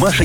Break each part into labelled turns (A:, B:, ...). A: Маша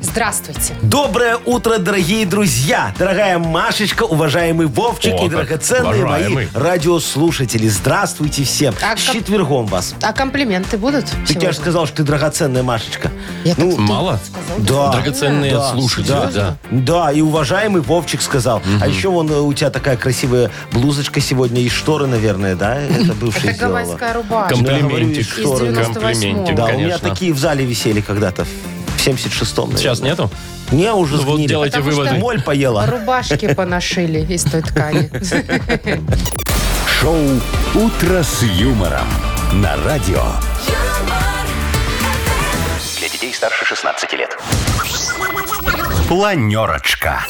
B: Здравствуйте.
C: Доброе утро, дорогие друзья! Дорогая Машечка, уважаемый Вовчик
D: О,
C: и
D: как
C: драгоценные мои
D: уважаемый.
C: радиослушатели. Здравствуйте всем!
B: А
C: С
B: как-
C: четвергом вас!
B: А комплименты будут
C: Ты я
B: сегодня?
C: же сказал, что ты драгоценная Машечка.
B: Я так
C: ну,
D: Мало?
C: да.
D: Драгоценные
C: Да,
D: слушатели,
C: да.
D: да.
C: Да, и уважаемый Вовчик сказал. А еще вон э, у тебя такая красивая блузочка сегодня и шторы, наверное, да? Это бывшая
B: Это
C: сделала.
B: гавайская рубашка.
D: Комплиментик.
C: Я говорю, из
B: 98-го.
D: Комплиментик,
C: Да, у меня
D: конечно.
C: такие в зале висели когда-то в 76-м. наверное.
D: Сейчас нету?
C: Не, уже
D: Ну вот
C: сгнили.
D: делайте
B: Потому что
D: выводы.
C: Моль поела.
B: Рубашки поношили из той ткани.
A: Шоу «Утро с юмором» на радио. Для детей старше 16 лет. Планерочка.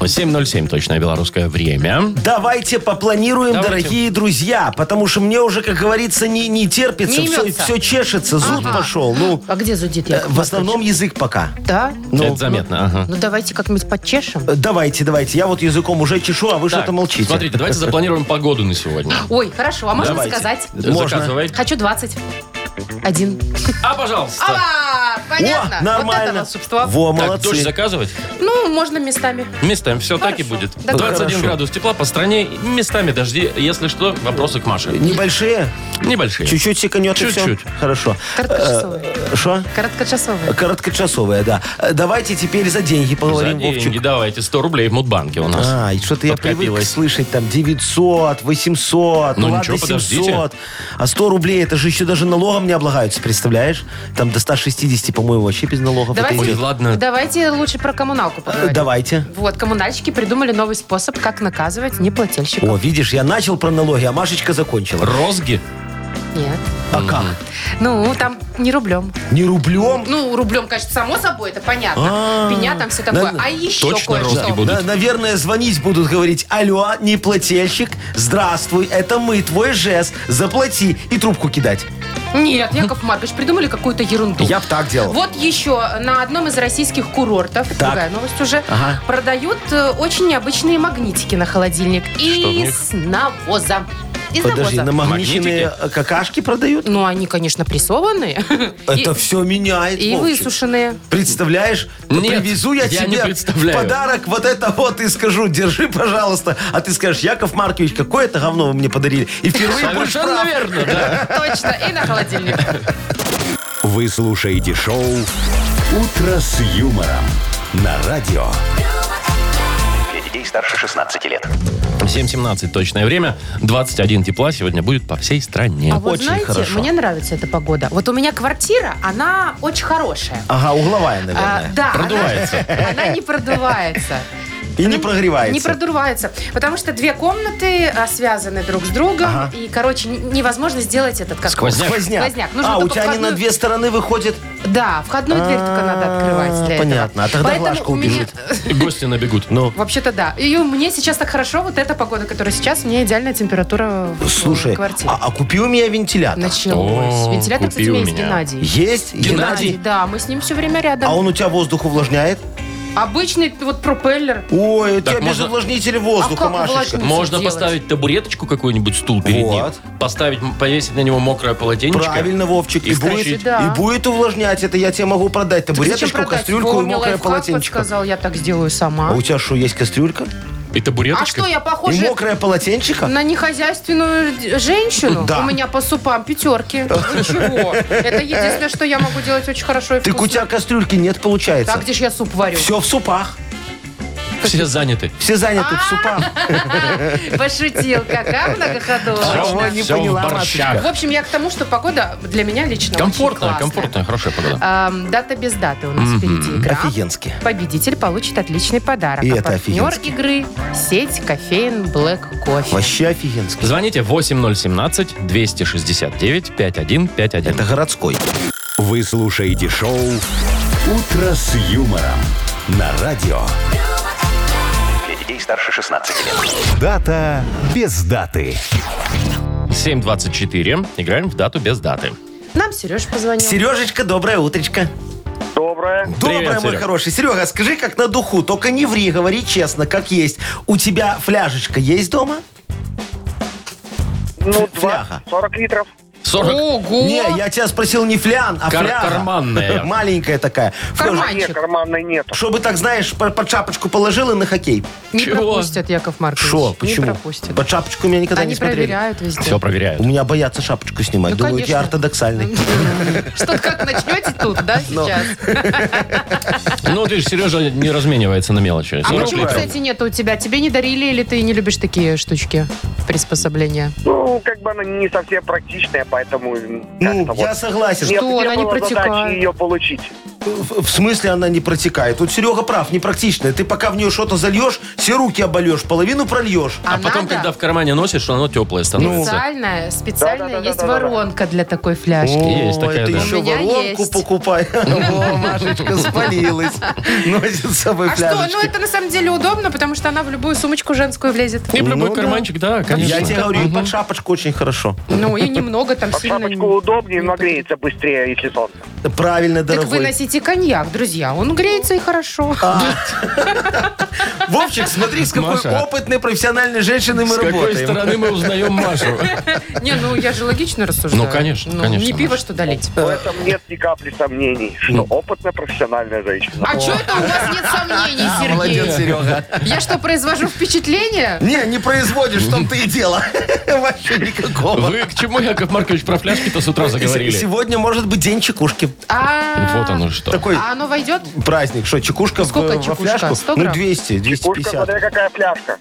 D: 7.07 точное белорусское время.
C: Давайте попланируем,
D: Давайте.
C: дорогие друзья, потому что мне уже, как говорится, не, не терпится,
B: Не
C: все,
B: имется.
C: чешется, зуд
B: Ага.
C: пошел. Ну,
B: А где зудит
C: э,
B: Яков
C: в основном
B: Маркович?
C: язык пока.
B: Да?
C: Ну,
D: Это заметно, ага.
B: Ну давайте как-нибудь подчешем.
C: Э, Давайте, давайте. Я вот языком уже чешу, а вы
D: Так,
C: что-то молчите.
D: Смотрите, давайте запланируем погоду на сегодня.
B: Ой, хорошо, а можно
C: Давайте.
B: сказать?
C: Можно.
D: Заказывай.
B: Хочу 20. Один.
D: А, пожалуйста.
B: А, понятно.
C: О, нормально.
B: Вот это волшебство.
C: Во,
D: Так,
C: молодцы.
D: дождь заказывать?
B: Ну, можно местами.
D: Местами все так и
B: Хорошо.
D: будет.
B: Да,
D: 21
C: хорошо.
D: градус тепла по стране. Местами дожди. Если что, вопросы к Маше.
C: Небольшие?
D: Небольшие.
C: Чуть-чуть секанет и все?
D: Чуть-чуть.
C: Хорошо.
B: Короткочасовые.
C: Э, Что? А
B: Короткочасовые.
C: Короткочасовая, да. Э, Давайте теперь за деньги
D: За
C: поговорим,
D: деньги
C: Вовчик.
D: давайте. 100 рублей в Мудбанке у нас.
C: А, и что-то я привык
D: Подкопилось.
C: слышать там 900, 800,
D: Ну
C: ладно,
D: ничего, подождите.
C: 700. А 100 рублей, это же еще даже налогом не облагаются, представляешь? Там до 160, по-моему, вообще без налогов. это
B: Давайте,
D: Ой,
C: идет.
D: ладно.
B: давайте лучше про коммуналку
C: Э,
B: поговорим.
C: Давайте.
B: Вот, коммунальщики придумали новый способ, как наказывать неплательщиков.
C: О, видишь, я начал про налоги, а Машечка закончила.
D: Розги.
B: Нет.
C: А как?
B: Ну, там не рублем.
C: Не рублем?
B: Ну, рублем, конечно, само собой, это понятно.
C: А,
B: Пеня там все такое.
C: да,
B: А еще
D: точно розги
B: кое-что.
D: будут.
C: На- наверное, звонить будут, говорить, алло, не плательщик, здравствуй, это мы, твой жест, заплати, и трубку кидать.
B: Нет, Яков Маркович, придумали какую-то ерунду.
C: Я б так делал.
B: Вот еще на одном из российских курортов, другая новость уже,
C: Ага.
B: продают э, очень необычные магнитики на холодильник.
D: Что в них?
B: Из навоза. Из
C: Подожди,
B: навоза.
C: на магнитные
D: Магнитики?
C: э, какашки продают?
B: Ну, они, конечно, прессованные.
C: Это все меняет,
B: И, и
C: Вовчик.
B: высушенные.
C: Представляешь?
D: Нет,
C: Привезу я,
D: я не
C: тебе
D: представляю.
C: в подарок вот это вот и скажу, держи, пожалуйста. А ты скажешь, Яков Маркович, какое это говно вы мне подарили. И впервые будешь
D: Совершенно
C: Ну, прав.
D: верно, да.
B: Точно, и на холодильник.
A: Вы слушаете шоу «Утро с юмором» на радио. Для детей старше 16 лет.
D: 7.17 точное время. 21 тепла сегодня будет по всей стране.
B: А вот
C: Очень
B: знаете,
C: хорошо.
B: мне нравится эта погода. Вот у меня квартира, она очень хорошая.
C: Ага, угловая,
B: А,
C: наверное.
B: да, она-
D: Продувается.
B: Она, не продувается.
C: И не
B: Она
C: прогревается.
B: А, ну, Не продувается. Потому что две комнаты а, связаны друг с другом.
C: Ага.
B: И, короче, н- невозможно сделать этот как
D: Сквозняк.
C: Сквозняк.
B: Сквозняк. Нужно ну,
C: а, у
B: только
C: тебя они на
B: входную-
C: две стороны выходят?
B: Да, входную дверь только надо открывать для этого.
C: понятно. А тогда
B: Поэтому
C: Глажка
B: у меня-
C: убежит.
D: И Гости набегут.
C: Ну,
B: Вообще-то да. И у- мне сейчас так хорошо, вот эта погода, которая сейчас, у меня идеальная температура в
C: слушай,
B: квартире.
C: а, а купи у меня вентилятор.
B: Началось.
D: О,
B: Вентилятор, кстати,
D: купи
B: у меня
D: у
B: есть
D: меня.
B: Геннадий.
C: Есть?
D: Геннадий?
B: Да, мы с ним все время рядом.
C: А он у тебя воздух увлажняет?
B: Обычный вот пропеллер.
C: Ой, у
D: Так
C: тебя без
D: можно-
C: увлажнителя воздуха,
B: А как
C: Машечка.
B: увлажнить?
D: Можно
B: делать?
D: поставить табуреточку какую-нибудь, стул перед ним.
C: Вот.
D: Поставить, м, повесить на него мокрое полотенечко.
C: Правильно, Вовчик.
D: И
C: И,
D: включить.
C: будет,
B: Да.
C: и будет увлажнять. Это я тебе могу продать
B: Так зачем
C: табуреточку,
B: продать?
C: кастрюльку
B: Вова
C: и
B: мне
C: мокрое
B: лайфхак
C: полотенчико.
B: подсказал, я так сделаю
C: А
B: сама.
C: у тебя что, есть кастрюлька?
D: И
B: А
D: табуреточка.
B: что, я
C: И
B: похожа
C: мокрое полотенчико?
B: на нехозяйственную д- женщину?
C: Да.
B: У меня по супам пятерки. Ничего. Это единственное, что я могу делать очень хорошо и
C: Так у
B: вкусно.
C: тебя кастрюльки нет, получается.
B: Так, где же я суп варю?
C: Все в супах.
D: Все заняты.
C: Все заняты в супах.
B: Пошутил, как, а,
D: Всё,
C: Чего
B: многоходовочно?
C: не
D: всё
C: поняла,
D: в борщах.
B: В общем, я к тому, что погода для меня лично очень
D: Комфортная,
B: классная.
D: комфортная, хорошая погода.
B: Эм, Дата без даты у нас впереди игра.
C: Офигенски.
B: Победитель получит отличный подарок.
C: И
B: а
C: это
B: партнер
C: офигенски.
B: игры – сеть кофеин Black Кофе.
C: Вообще офигенски.
D: Звоните 8017-269-5151.
C: Это городской.
A: Вы слушаете шоу «Утро с юмором» на радио. Для детей старше 16 лет. Дата без даты.
D: 7.24. Играем в дату без даты.
B: Нам Сереж позвонил.
C: Сережечка, доброе утречко.
E: Доброе.
C: Доброе,
D: Привет,
C: мой
D: Серег.
C: хороший. Серега, скажи, как на духу, только не ври, говори честно, как есть. У тебя фляжечка есть дома?
E: Ну,
C: Фляга.
E: 20, 40 литров.
D: 40.
B: Ого!
C: Не, я тебя спросил не флян, а
D: Кар-
C: фляга.
D: карманная.
C: Маленькая такая.
B: Карман-
E: Нет,
B: Мальчик.
E: карманной нет.
C: Чтобы, так знаешь, по- под шапочку положил и на хоккей.
B: Не
D: Чего?
B: пропустят, Яков Маркович.
C: Шо, почему?
B: Не пропустят.
C: Под шапочку меня никогда
B: Они
C: не смотрели.
B: проверяют везде.
D: Все
C: У
D: проверяют.
C: меня боятся шапочку снимать.
B: Ну,
C: Думают, я
B: конечно.
C: ортодоксальный.
B: Что, как начнете тут, да, сейчас?
D: Ну, вот видишь, Сережа не разменивается на мелочи.
B: А
C: ну,
D: 40
B: почему,
D: литров.
B: кстати, нет у тебя? Тебе не дарили или ты не любишь такие штучки, приспособления?
E: Ну, как бы она не совсем практичная, поэтому... м,
C: Ну,
E: как-то
C: я согласен.
E: Нет,
B: Что,
E: не
B: она не
E: было
B: протекает?
E: задачи ее получить.
C: В в смысле она не протекает? Тут Серега прав, непрактичная. Ты пока в нее что-то зальешь, все руки обольешь, половину прольешь.
D: А потом,
B: надо Ну
D: когда в кармане носишь, оно теплое
C: Ну,
D: становится.
B: специальная, специальная
E: Да-да-да-да-да-да.
B: есть воронка для такой фляжки.
D: Есть
C: Ой,
D: такая,
C: ты
D: да.
C: еще
B: У меня
C: воронку
B: есть.
C: покупай. О, Машечка спалилась. Носит с собой
B: А что, ну
C: пляжечки.
B: это на самом деле удобно, потому что она в любую сумочку женскую влезет.
D: И в любой
C: Ну да.
D: карманчик, да, конечно.
C: Я тебе говорю, и под шапочку очень хорошо.
B: Ну и немного там
E: Под
B: сильно...
E: шапочку удобнее, но греется быстрее, если солнце.
C: Правильно,
B: Так вы
C: дорогой.
B: носите коньяк, друзья. Он греется и хорошо.
C: Вовчик, смотри, с какой
D: Маша.
C: опытной профессиональной женщиной мы
D: С какой
C: работаем.
D: стороны мы узнаем Машу?
B: Не, ну я же логично рассуждаю.
D: Ну, конечно, конечно,
B: Не пиво,
D: Маша.
B: что долить.
C: Э.
E: В этом нет ни капли сомнений, что опытная профессиональная женщина.
B: А что это у вас нет сомнений,
C: А, Молодец,
B: Сергей?
C: Серега.
B: Я что, произвожу впечатление?
C: Не, не производишь, в том-то и дело. Вообще никакого.
D: Вы к чему, Яков Маркович, про фляжки-то с утра
C: С-
D: заговорили? Ну,
C: Сегодня может быть день чекушки.
B: А,
D: Вот оно что.
C: Такой
B: А оно войдет?
C: праздник. Что, чекушка в-
B: Сколько
C: во
B: чекушка?
C: фляжку?
B: 100
C: Ну,
B: грамм?
C: 200,
E: Пушка,
C: 250.
E: смотря какая пляшка.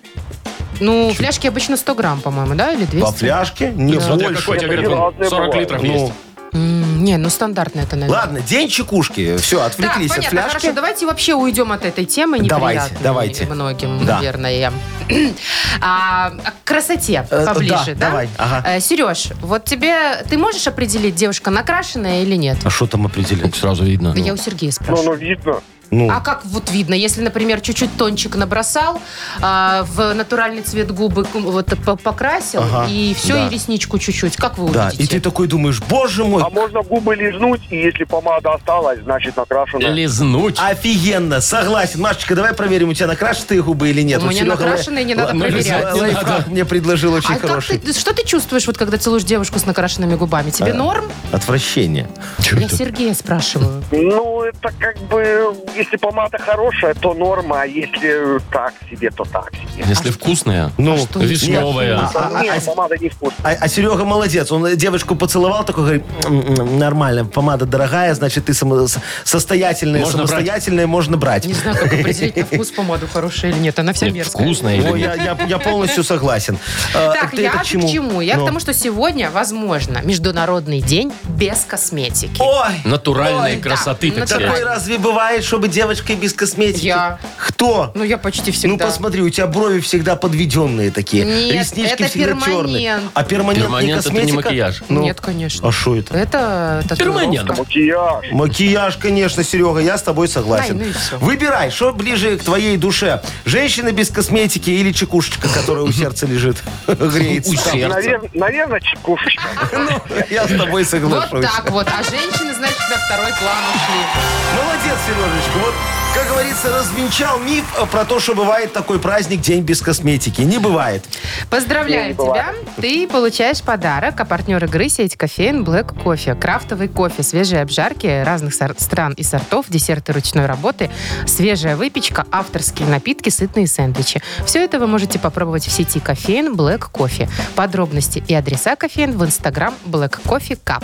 B: Ну, фляжки обычно 100 грамм, по-моему, да? Или 200?
C: Во фляжке? Не
D: Ну, Смотря
C: больше.
D: какой, тебе
E: Это
D: говорят, вон
E: разные
D: 40
E: бывают.
D: литров
C: Ну,
D: есть.
B: М, Не, ну стандартно это, наверное.
C: Ладно, день чекушки. Все,
B: Так,
C: отвлеклись от
B: понятно,
C: фляжки.
B: хорошо. Давайте вообще уйдем от этой темы
C: Давайте,
B: неприятной
C: давайте.
B: многим,
C: Да.
B: наверное. А, к красоте
C: Э,
B: поближе,
C: да,
B: да?
C: давай, ага.
B: Сереж, вот тебе... Ты можешь определить, девушка накрашенная или нет?
C: А что там определить?
D: Сразу видно.
B: Да я у Сергея
E: Ну,
B: спрашиваю.
E: ну, видно.
C: Ну,
B: А как вот видно, если, например, чуть-чуть тончик набросал, а, в натуральный цвет губы ку- вот п- покрасил,
C: Ага,
B: и все,
C: да.
B: и ресничку чуть-чуть, как вы
C: да,
B: увидите? А
C: и ты такой думаешь, боже мой,
E: А можно губы лизнуть, и если помада осталась, значит накрашена.
D: Ну, Лизнуть.
B: А
C: офигенно, согласен. Машечка, давай проверим, у тебя накрашенные губы или нет.
B: У
C: Вот
B: меня
C: Серега
B: накрашенные, не
C: лай-
B: надо
C: лай-
D: проверять.
C: Лайфхак мне предложил очень
B: а как
C: хороший. Э,
B: ты, что ты чувствуешь, вот когда целуешь девушку с накрашенными губами? Тебе норм?
C: Отвращение.
D: Чё
B: Я
D: это?
B: Сергея спрашиваю.
E: Ну, это как бы, если помада хорошая, то норма, а если так себе, то так себе.
D: Если вкусная,
C: Ну,
B: А что
C: нет.
D: вишневая.
C: А, а,
E: Нет,
C: а,
E: помада невкусная.
C: А, а Серега молодец, он девочку поцеловал, такой говорит, «М, м, нормально, помада дорогая, значит, ты само- с- состоятельная,
D: Можно брать.
C: самостоятельная, можно брать.
B: Не знаю, как определить на вкус помаду, хорошая или нет. Она вся
D: Нет,
B: мерзкая.
D: вкусная или
C: Ой,
D: нет?
C: я, я- я полностью согласен. А,
B: Так,
C: ты
B: я
C: это
B: к чему? Я
C: Ну.
B: к тому, что сегодня, возможно, Международный день без косметики.
C: Ой,
D: Натуральной
C: Ой,
D: красоты,
B: да,
D: так
B: натуральной.
C: такой
D: сказать.
C: разве бывает, чтобы девочка без косметики?
B: Я.
C: Кто?
B: Ну, я почти всегда.
C: Ну посмотри, у тебя брови всегда подведенные такие,
B: Нет,
C: реснички
B: это
C: всегда черные.
B: перманент.
C: А перманент, не
D: Перманент это не
C: косметика?
D: макияж.
C: Ну,
B: Нет, конечно.
C: А что это?
B: Это татуировка.
D: Перманент.
E: Макияж.
C: Макияж, конечно, Серега, я с тобой согласен.
B: Ай, ну и всё.
C: Выбирай, что ближе к твоей душе. Женщина без косметики или чекушечка, которая у сердца лежит, греется.
D: У
C: там?
D: сердца.
E: Наверное, наверное, чекушечка.
C: Я с тобой
B: Вот
C: соглашусь.
B: так вот. А женщины, значит, на второй план ушли.
C: Молодец, Сережечка. Вот, как говорится, развенчал миф э, про то, что бывает такой праздник День без косметики. Не бывает.
B: Поздравляю
E: Я не
B: тебя. Ты получаешь подарок. А партнер игры сеть кофеин Black Кофе. Крафтовый кофе, свежие обжарки разных сор- стран и сортов, десерты ручной работы, свежая выпечка, авторские напитки, сытные сэндвичи. Все это вы можете попробовать в сети кофеин Black Кофе. Подробности и адреса кофеин в инстаграм Black Coffee Cup.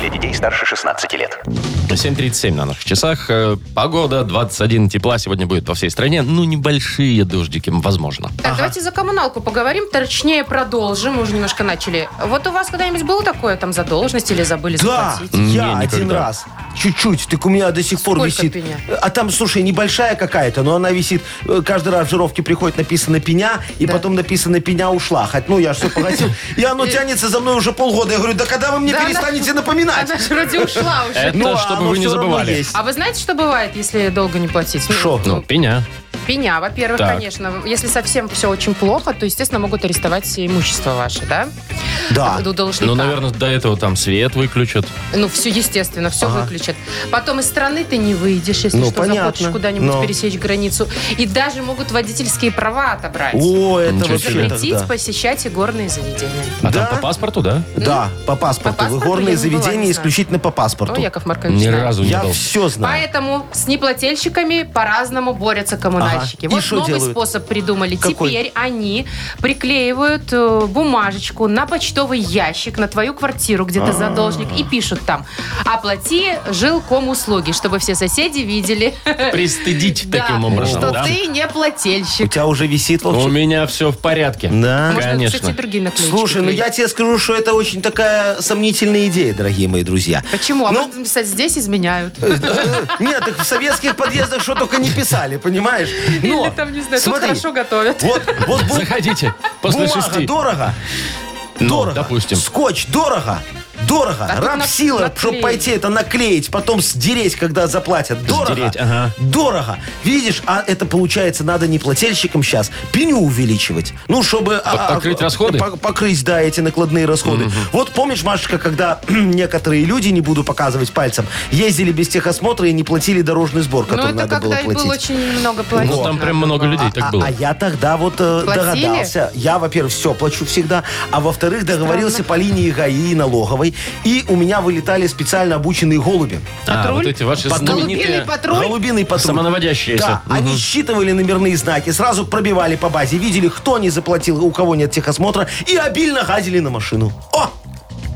F: Для детей старше 16 лет.
D: 7.37 на наших часах. Э, Погода 21 тепла сегодня будет по всей стране. Ну, небольшие дождики, возможно.
C: Ну,
B: Так, давайте за коммуналку поговорим, точнее продолжим, мы уже немножко начали. Вот у вас когда-нибудь было такое там задолженность или забыли
C: Да,
B: заплатить?
D: Не,
C: я
D: никогда.
C: один раз. Чуть-чуть, так у меня до сих пор
B: Сколько
C: висит.
B: пеня?
C: А там, слушай, небольшая какая-то, но она висит. Э, Каждый раз в жировке приходит написано пеня, и
B: Да. Э,
C: потом написано пеня ушла. Хоть, ну, я все погасил. И оно тянется за мной уже полгода. Я говорю, да когда вы мне
B: Да она-
C: перестанете напоминать?
B: Она же вроде ушла уже.
D: Это
C: Ну, а
D: чтобы
C: оно
D: вы не
C: всё равно
D: забывали.
C: есть.
B: А вы знаете, что бывает, если долго не платить? Ну,
C: Шо?
D: Ну, пеня.
B: Пеня, во-первых,
D: Так.
B: конечно. Если совсем все очень плохо, то, естественно, могут арестовать все имущество ваше, да?
C: Да.
B: У должника.
D: Ну, наверное, до этого там свет выключат.
B: Ну, все, естественно, все выключат. Потом из страны ты не выйдешь, если
C: Ну,
B: что, захочешь
C: понятно.
B: куда-нибудь
C: Но.
B: пересечь границу. И даже могут водительские права отобрать.
C: О, это
D: Ничего
C: вообще
D: себе.
C: тогда.
B: Запретить посещать игорные заведения.
D: А
C: Да?
D: там по паспорту, да?
C: Да,
B: ну,
C: по паспорту.
B: По паспорту
C: В игорные
B: я не была,
C: заведения
B: не знаю.
C: исключительно по
B: О,
C: паспорту.
B: Яков Маркович.
D: Ни
B: знает.
D: разу не
C: Я
D: дал.
C: все знаю.
B: Поэтому с неплательщиками по-разному борются коммунальщики.
C: Ага. И
B: Вот
C: что
B: новый
C: делают?
B: способ придумали.
C: Какой?
B: Теперь они приклеивают э, бумажечку на почтовый ящик, на твою квартиру, где ты
C: А.
B: задолжник, и пишут там «Оплати жилкомуслуги», чтобы все соседи видели,
D: Пристыдить
B: да,
D: таким образом,
B: что
D: да?
B: ты не
C: У
B: плательщик.
C: тебя уже висит
D: У
C: Вовчик?
D: меня все в порядке.
C: Да.
B: А Можно,
D: конечно.
B: кстати, другие наклеечки
C: Слушай, ну
B: клеить.
C: я тебе скажу, что это очень такая сомнительная идея, дорогие мои друзья.
B: Почему? А
C: Ну, э,
B: можно написать «Здесь изменяют».
C: Нет, так в советских подъездах что только не писали, понимаешь? Но,
B: Или там, не знаю, тут
C: смотри,
B: хорошо готовят.
C: Вот, вот бу-
D: Заходите после
C: бумага
D: шести.
C: дорого.
D: Ну,
C: Дорого.
D: допустим.
C: Скотч дорого. Дорого.
B: А тут
C: Раб
B: на-
C: сила,
B: наклеить.
C: чтобы пойти это наклеить, потом сдереть, когда заплатят. Дорого.
D: Сдереть, ага.
C: Дорого. Видишь, а это получается надо не плательщикам сейчас, пеню увеличивать. Ну, чтобы... а, а,
D: покрыть расходы?
C: пок- покрыть, да, эти накладные расходы. Вот помнишь, Машечка, когда некоторые люди, не буду показывать пальцем, ездили без техосмотра и не платили дорожный сбор,
B: Ну,
C: который
B: это
C: надо было
B: когда
C: платить.
B: было очень много платить.
D: Ну, там
B: надо
D: прям много
B: было.
D: людей так
C: А-
D: было.
C: А, я тогда вот э,
B: Платили?
C: догадался. Я, во-первых, все плачу всегда, а во-вторых, договорился по линии ГАИ и налоговой, и у меня вылетали специально обученные голуби.
D: А, вот эти ваши
C: Патруль?
B: Голубиный
D: знаменитые...
B: патруль?
C: Голубиный патруль.
D: Самонаводящиеся.
C: Да,
D: Мгм.
C: они считывали номерные знаки, сразу пробивали по базе, видели, кто не заплатил, у кого нет техосмотра, и обильно гадили на машину. О!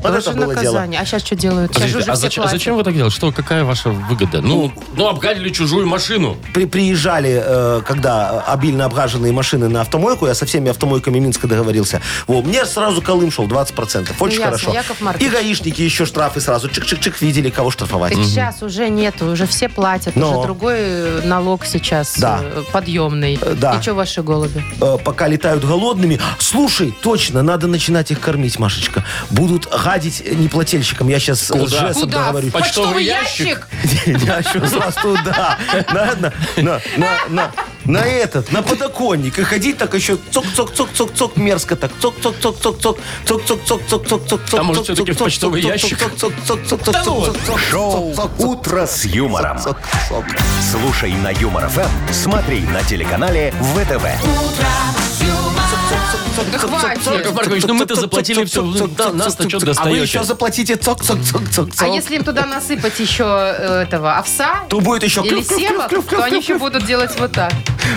C: Вот
B: Тоже
C: это было дело.
B: наказание. А сейчас что делают? Сейчас же
D: Подождите,
B: уже
D: а
B: все
D: зачем, а
B: платят.
D: зачем вы так делаете? Что, какая ваша выгода? Ну, ну обгадили чужую машину.
C: при, приезжали, э, когда э, обильно обгаженные машины на автомойку, я со всеми автомойками Минска договорился, во, мне сразу колым шел 20%. Очень
B: Ну, ясно,
C: хорошо.
B: Яков Маркович.
C: И гаишники еще штрафы сразу чик-чик-чик видели, кого штрафовать.
B: Так сейчас уже нету, уже все платят,
C: Но.
B: уже другой э, налог сейчас
C: Да.
B: э, подъемный.
C: Э, да.
B: И что ваши голуби?
C: Э, Пока летают голодными. Слушай, точно, надо начинать их кормить, Машечка. Будут гадить э, неплательщикам. Я сейчас
D: Куда?
C: с жестом
B: Куда?
C: договорю.
B: В почтовый
D: Почтовый
B: ящик?
D: ящик?
C: Я еще раз туда. На, на, на, на, на, на этот, на подоконник. И ходить так еще цок-цок-цок-цок-цок мерзко так. Цок-цок-цок-цок-цок. Цок-цок-цок-цок-цок-цок.
D: А может, всё-таки в почтовый ящик?
A: Шоу «Утро с юмором». Слушай на Юмор ФМ, смотри на телеканале ВТВ.
D: Яков Маркович, ну мы-то заплатили все. Нас-то что
C: А вы
D: достаете?
C: еще заплатите цок-цок-цок-цок-цок.
B: А если им туда насыпать еще э, этого овса
C: То будет еще
B: или
C: клюв, клюв, клюв,
B: семок,
C: клюв,
B: то
C: клюв,
B: они
C: клюв,
B: еще
C: клюв.
B: будут делать вот так.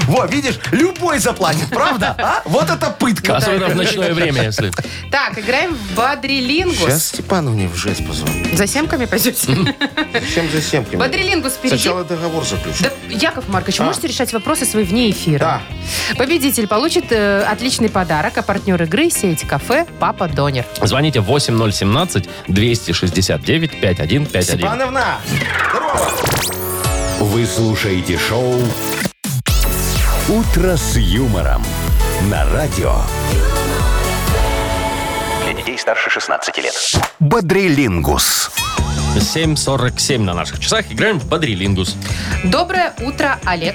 C: Во, видишь, любой заплатит, правда? А? Вот это пытка.
D: Особенно в ночное время, если.
B: Так, играем в
C: Сейчас
B: бодрилингус.
C: Степановне в жесть позвоню.
B: За семками пойдете?
C: Чем за семки?
B: Бодрилингус впереди.
C: Сначала А. договор заключу.
B: Да, Яков Маркович, можете решать вопросы свои вне эфира? Да. Победитель получит э, отличный подарок, а партнер игры – сеть кафе «Папа Донер».
D: Звоните 8017-269-5151.
C: Степановна!
A: Вы слушаете шоу «Утро с юмором» на радио
F: Для детей старше 16 лет.
A: «Бодрилингус».
D: 7.47 на наших часах. Играем в Бодрилингус.
B: Доброе утро, Олег.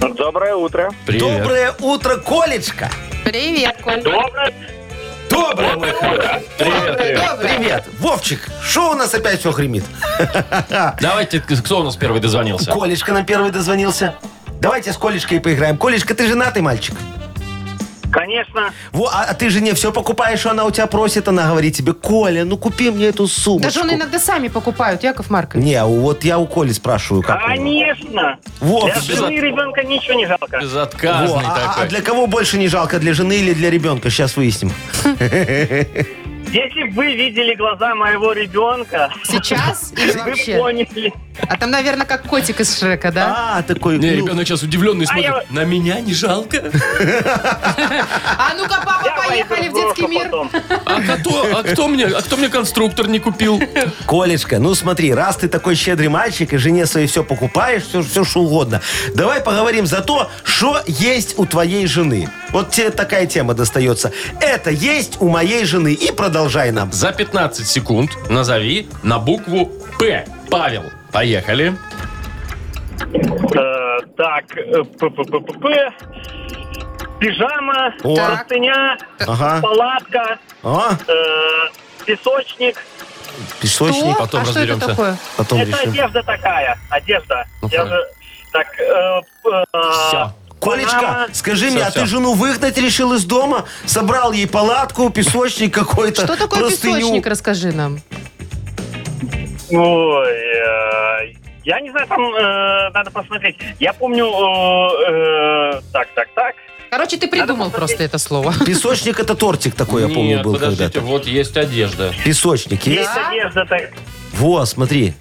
E: Доброе утро.
D: Привет.
C: Доброе утро, Колечка!
B: Привет, Коль.
C: Доброе утро!
D: Привет, привет.
C: Привет! Вовчик, что у нас опять все гремит?
D: Давайте, кто у нас первый дозвонился?
C: Колечка нам первый дозвонился. Давайте с Колечкой поиграем. Колечка, ты женатый мальчик?
E: Конечно.
C: Во, а, а ты жене все покупаешь, что она у тебя просит, она говорит тебе, Коля, ну купи мне эту сумочку.
B: Даже он иногда сами покупают, Яков Маркович.
C: Не, а у- вот я у Коли спрашиваю, как у него.
E: Конечно.
C: Вов,
E: Для жены и ребенка ничего не жалко.
C: Во,
D: Безотказный
C: а, а
D: такой.
C: для кого больше не жалко, для жены или для ребенка? Сейчас выясним.
E: Если бы вы видели глаза моего ребенка,
G: Ну,
B: Сейчас или
E: вы
B: вообще?
E: поняли.
B: А там, наверное, как котик из Шрека, да?
C: А, такой...
D: Не,
C: ну,
D: ребенок сейчас удивленный смотрит.
E: я-
D: На меня не жалко.
B: А ну-ка, папа,
E: Я
B: поехали в
E: пойду
B: детский
E: урока
B: мир.
E: потом.
D: А кто, а кто мне, а кто мне конструктор не купил?
C: Колечка, ну смотри, раз ты такой щедрый мальчик и жене своей все покупаешь, все, все что угодно, давай поговорим за то, что есть у твоей жены. Вот тебе такая тема достается. Это есть у моей жены. И продолжай нам.
D: За 15 секунд назови на букву П. Павел. Поехали.
G: Э, так, э, п-п-п-п-п. Пижама,
C: О.
G: простыня,
C: Ага.
G: палатка,
C: А,
G: э, песочник.
C: песочник.
B: Что?
D: потом
B: а что это
D: разберемся.
B: такое?
C: Потом
G: Это
C: решим.
G: одежда такая, одежда.
D: Ну,
G: Я
D: хорошо.
G: же- так, э, п-
C: А,
G: э,
D: Все.
C: Колечка,
G: Панама.
C: скажи
D: Всё,
C: мне, а
D: всё.
C: ты жену выгнать решил из дома? Собрал ей палатку, песочник какой-то,
B: Что такое
C: простыню.
B: песочник, расскажи нам.
G: Ой, э, я не знаю, там э, надо посмотреть. Я помню, э, э, так, так, так.
B: Короче, ты придумал просто это слово.
C: Песочник это тортик такой, я помню,
D: Нет,
C: был
D: подождите,
C: когда-то.
D: вот есть одежда.
C: Песочник есть?
G: Есть
B: А?
G: одежда так.
C: Во, смотри.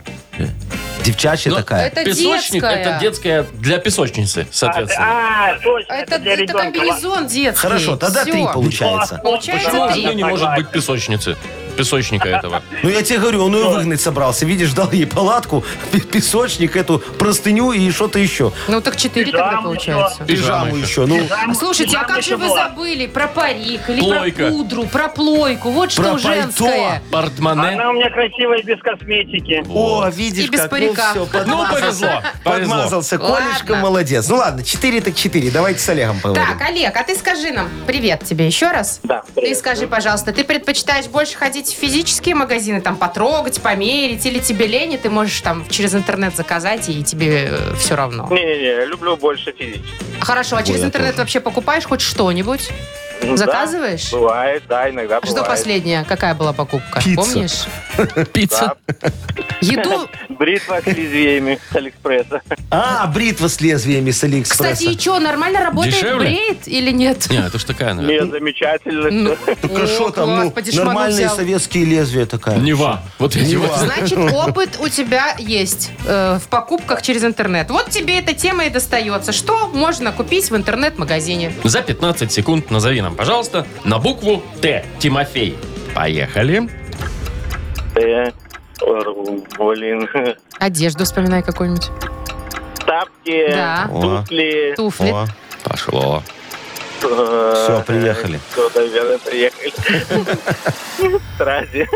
C: Девчачья
D: Ну,
C: такая.
B: Это
D: Песочник
B: детская.
D: это детская для песочницы, соответственно.
G: А, точно,
B: Это,
G: это, для
B: это
G: ребенка.
B: комбинезон детский.
C: Хорошо, тогда
B: Всё.
C: три получается.
G: Классно.
B: Получается
C: а,
D: Почему у
B: три.
D: жены не может быть песочницы? Песочника этого.
C: Ну я тебе говорю, он ее выгнать собрался. Видишь, дал ей палатку, п- песочник, эту простыню и что-то еще.
B: Ну так четыре тогда
G: Пижама
B: получается.
C: Пижаму еще. Ну,
G: Там
B: Слушайте, а
G: пижама
B: как же
G: еще
B: вы
G: была.
B: забыли про парик или
D: Плойка.
B: про пудру, про плойку? Вот
C: Про
B: что
C: пальто.
B: женское.
D: Портмоне.
G: Она у меня красивая, без косметики.
C: о, видишь
B: И без
C: как,
B: парика.
C: Ну, всё,
D: Ну,
C: подмазался.
D: повезло. повезло.
C: Подмазался,
B: Ладно.
C: Колечка молодец. Ну ладно, 4 так 4. Давайте с Олегом поговорим.
B: Так, Олег, а ты скажи нам, привет тебе еще раз.
G: Да,
B: Ты
G: привет.
B: скажи, пожалуйста, ты предпочитаешь больше ходить в физические магазины, там потрогать, померить, или тебе лень, и ты можешь там через интернет заказать, и тебе все равно?
G: Не-не-не, люблю больше физически.
B: Хорошо, а через
C: я
B: интернет
C: тоже.
B: вообще покупаешь хоть что-нибудь?
G: Ну,
B: Заказываешь?
G: да, бывает, да, иногда
B: Что
G: бывает.
B: последняя? Какая была покупка?
C: Пицца.
B: Помнишь?
D: Пицца.
B: Еду.
G: Бритва с лезвиями с Алиэкспресса.
C: А, бритва с лезвиями с Алиэкспресса.
B: Кстати, и что, нормально работает?
D: Дешевле?
B: Бреет или нет?
D: Не, это ж такая, наверное.
G: Нет, замечательно.
B: Ну,
C: Только
B: о,
C: что там,
B: класс,
C: ну,
B: по-дешману
C: нормальные
B: взял.
C: советские лезвия такая.
D: Нева. Вот эти
C: Нева.
D: вот.
B: Значит, опыт у тебя есть э, в покупках через интернет. Вот тебе эта тема и достается. Что можно купить в интернет-магазине?
D: За 15 секунд назови нам, пожалуйста, на букву Т. Тимофей. Поехали.
G: Э, Блин.
B: Одежду вспоминай какую-нибудь.
G: Тапки,
B: Да.
G: туфли.
B: Туфли.
C: О,
D: Пошло.
C: все,
G: Все,
C: приехали.
G: Все, наверное, приехали. Стрази.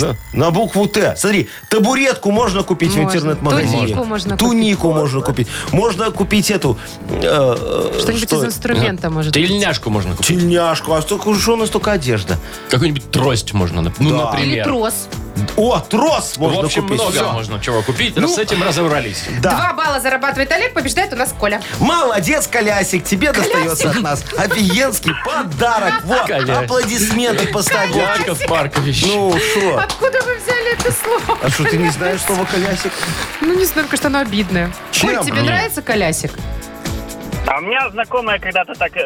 C: На, на букву Т. Смотри, табуретку можно купить
B: Можно.
C: в интернет-магазине.
B: Тунику можно купить.
C: Тунику можно купить. Можно купить эту... э, э,
B: Что-нибудь
C: что
B: из
C: это?
B: инструмента, может быть.
D: Тельняшку можно купить.
C: Тельняшку. А столько, что у нас только одежда?
D: Какую-нибудь трость можно, нап- ну,
C: Да.
B: Или
D: например.
B: трос.
C: О, трос можно
D: в общем,
C: купить. Ну,
D: много
C: Всё.
D: можно чего купить. С этим разобрались.
C: Да.
B: Два балла зарабатывает Олег, побеждает у нас Коля.
C: Молодец, Колясик, тебе достается от нас офигенский подарок. Вот,
D: Колясик.
C: аплодисменты поставь. Вовчик.
D: Яков Маркович.
C: Ну, что?
B: Откуда вы взяли это слово?
C: А что, ты не знаешь слова колясик?
B: Ну, не знаю, что оно обидное.
C: Чем? Ну.
B: Коль, тебе
C: Нет.
B: нравится колясик?
G: А у меня знакомая когда-то так э,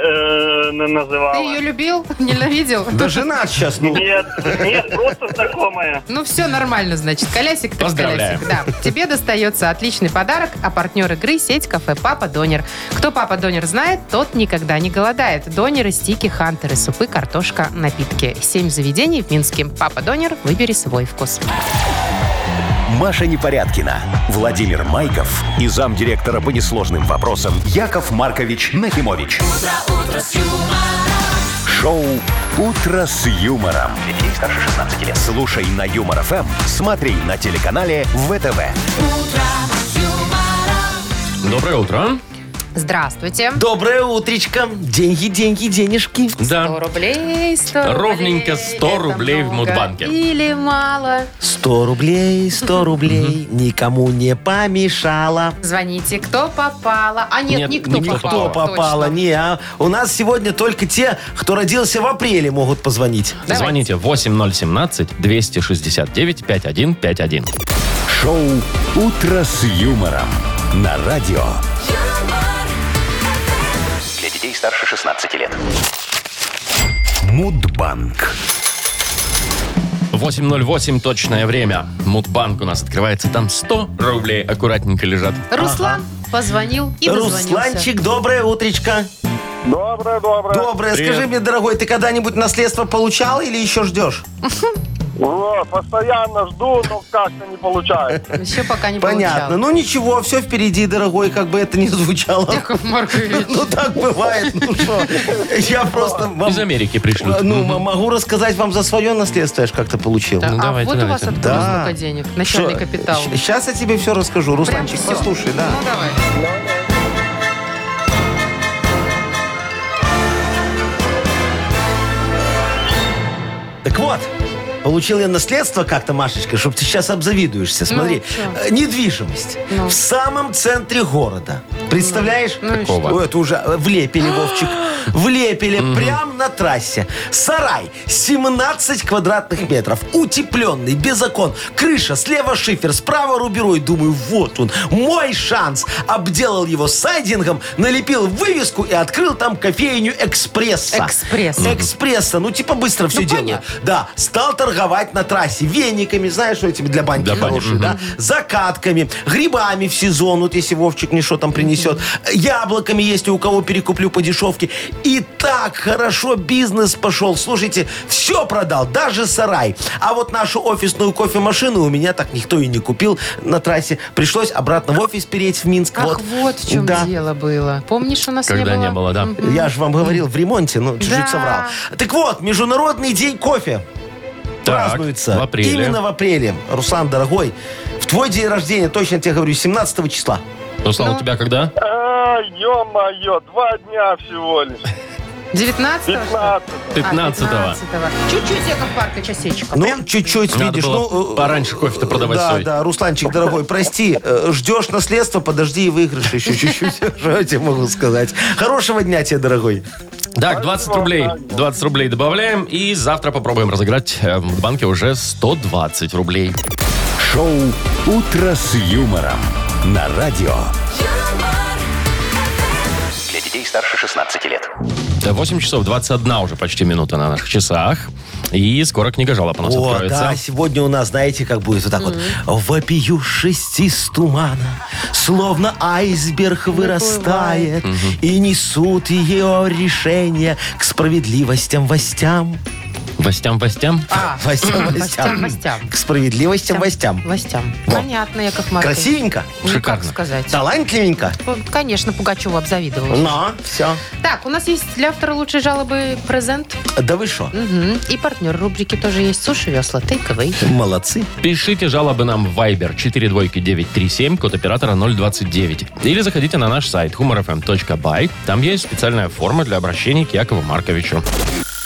G: на-
B: Ты
G: называла.
B: ее любил? Ненавидел?
C: Да женат сейчас, ну.
G: Нет, нет, просто знакомая.
B: Ну, все нормально, значит. Колясик, так
D: Поздравляем.
B: колясик. Да. Тебе достается отличный подарок, а партнер игры – сеть кафе «Папа Донер». Кто «Папа Донер» знает, тот никогда не голодает. Донеры, стики, хантеры, супы, картошка, напитки. Семь заведений в Минске. «Папа Донер» – выбери свой вкус.
A: Маша Непорядкина, Владимир Майков и замдиректора по несложным вопросам Яков Маркович Нахимович. Шоу Утро с юмором. Детей старше 16 лет. Слушай на юмор ФМ, смотри на телеканале ВТВ.
D: Доброе утро.
B: Здравствуйте.
C: Доброе утречко. Деньги, деньги, денежки.
B: 100
D: Да.
B: рублей, 100
D: Ровненько
B: рублей.
D: 100
B: Это
D: рублей в
B: много
D: Мудбанке.
B: Или мало.
C: 100 рублей, 100 рублей, никому не помешало.
B: Звоните, кто попало. А нет,
D: Нет,
B: никто,
D: никто
C: Кто
B: попало.
C: попало?
B: Точно.
C: Не, а у нас сегодня только те, кто родился в апреле, могут позвонить.
B: Давайте.
D: Звоните 8017-269-5151.
A: Шоу Утро с юмором на радио.
F: Для детей старше 16 лет.
A: Мудбанк.
D: 8.08 точное время. Мудбанк у нас открывается. Там 100 рублей аккуратненько лежат.
B: Руслан позвонил и дозвонился.
C: Русланчик, доброе утречко.
E: Доброе, доброе.
C: Доброе.
D: Привет.
C: Скажи мне, дорогой, ты когда-нибудь наследство получал или еще ждешь?
E: Вот, постоянно жду, но как-то не получается.
B: Еще пока не
C: Понятно.
B: получалось.
C: Ну ничего, все впереди, дорогой, как бы это ни звучало.
B: Яков Маркович.
C: Ну так бывает. Ну что, я просто вам...
D: Из Америки пришлют.
C: Ну, м- могу рассказать вам за свое наследство, я же как-то получил.
B: Да,
D: Ну,
B: а
D: давайте,
B: вот у вас
D: давайте.
B: откуда
C: Да.
B: столько денег? Начальный капитал.
C: Сейчас я тебе все расскажу.
B: Прям
C: Русланчик,
B: всё.
C: послушай, да.
B: Ну, давай.
C: Так вот, получил я наследство как-то, Машечка, чтобы ты сейчас обзавидуешься. Смотри,
B: Ну, чё?
C: Э, недвижимость
B: Ну.
C: в самом центре города. Представляешь?
B: Ну и А!
D: Какого? что?
C: Ой, это уже э, влепили, Вовчик. Влепили прям на трассе. Сарай 17 квадратных метров. Утепленный, без окон. Крыша, слева шифер, справа рубероид. Думаю, вот он, мой шанс. Обделал его сайдингом, налепил вывеску и открыл там кофейню «Экспресса».
B: Экспресс.
C: Экспресса, ну типа быстро все
B: понятно.
C: делаю. Да, стал торговать на трассе вениками, знаешь, что этими для баньки
D: Для бани,
C: хорошие, да, закатками, грибами в сезон, вот если Вовчик мне что там принесет, яблоками, если у кого перекуплю по дешевке. И так хорошо бизнес пошел. Слушайте, все продал, даже сарай. А вот нашу офисную кофемашину у меня так никто и не купил на трассе. Пришлось обратно в офис переть в Минск.
B: Ах, вот в чем
C: Да.
B: дело было. Помнишь, у нас
D: Когда не было, да.
B: Мгм.
C: Я же вам говорил, в ремонте, ну, чуть-чуть
B: Да.
C: соврал. Так вот, Международный день кофе
D: Так,
C: празднуется.
D: в апреле.
C: Именно в апреле. Руслан, дорогой, в твой день рождения, точно тебе говорю, 17 числа.
D: Руслан, Ну, у тебя когда?
E: А, ё-моё, два дня всего лишь.
B: 19
E: 15
D: А, 15-го.
B: А, Чуть-чуть, Яков Маркович, осечка.
C: Ну, чуть-чуть,
D: А Надо
C: видишь.
D: было
C: ну, э,
D: пораньше кофе-то продавать
C: Да,
D: свой.
C: да, Русланчик, дорогой, прости, э, ждешь наследство, подожди и выигрыш еще чуть-чуть. Что я тебе могу сказать? Хорошего дня тебе, дорогой.
D: Так, 20 рублей. 20 рублей добавляем. И завтра попробуем разыграть э, в банке уже 120 рублей.
A: Шоу «Утро с юмором» на радио.
H: юмор,
F: Для детей старше 16 лет.
D: 8 часов 21 уже почти минута на наших часах. И скоро книга жалоб у нас
C: О,
D: откроется.
C: да, сегодня у нас, знаете, как будет вот так вот. Вопию шести с тумана, словно айсберг вырастает, и несут ее решение к справедливостям властям.
D: Востям, востям.
B: А,
C: Властям,
B: Властям,
C: властям.
B: властям.
C: К справедливостям властям.
B: Властям. Понятно, Яков Маркович.
C: Красивенько,
B: Ну,
D: Шикарно.
B: Как сказать?
C: талантливенько.
B: Конечно, Пугачева обзавидовала.
C: Но, все.
B: Так, у нас есть для автора лучшей жалобы презент.
C: Да вы шо?
B: Мгм. И партнер рубрики тоже есть. Суши, весла, тейковый.
C: Молодцы.
D: Пишите жалобы нам в Viber 42937, код оператора 029. Или заходите на наш сайт humorfm.by. Там есть специальная форма для обращения к Якову Марковичу.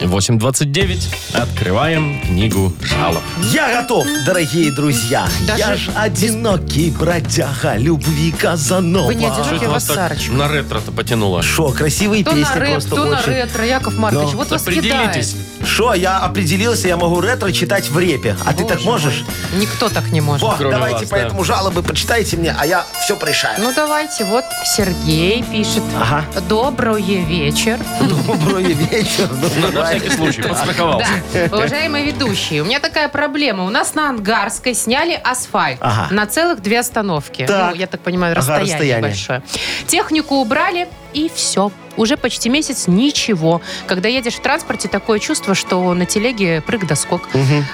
D: 8.29. Открываем книгу жалоб.
C: Я готов, дорогие друзья.
B: Даже
C: Я ж одинокий бродяга любви Казанова.
B: Вы не
D: А, Что
B: одинокий,
D: это
B: у
D: вас так
B: вас Сарочка.
D: на ретро-то потянуло?
C: Шо, красивые
B: То на
C: песни
B: рэп,
C: просто
B: то на
C: очень.
B: ретро, Яков Маркович.
C: Да.
B: Вот вас кидает.
D: Определитесь.
C: Шо, я определился, я могу ретро читать в репе. А ты так можешь?
B: Никто так не может.
C: Во,
D: Кроме
C: давайте
D: вас,
C: поэтому жалобы почитайте мне, а я все порешаю.
B: Ну давайте, вот Сергей пишет.
C: Ага.
B: Доброе вечер.
C: Добрый вечер.
D: На, на
C: добрый
D: всякий случай, подстраховался.
B: Да, уважаемые ведущие, у меня такая проблема. У нас на Ангарской сняли асфальт
C: Ага.
B: на целых две остановки.
C: Так.
B: Ну, я так понимаю,
C: Ага,
B: расстояние,
C: расстояние.
B: большое. Технику убрали, и все. Уже почти месяц ничего. Когда едешь в транспорте, такое чувство, что на телеге прыг да скок.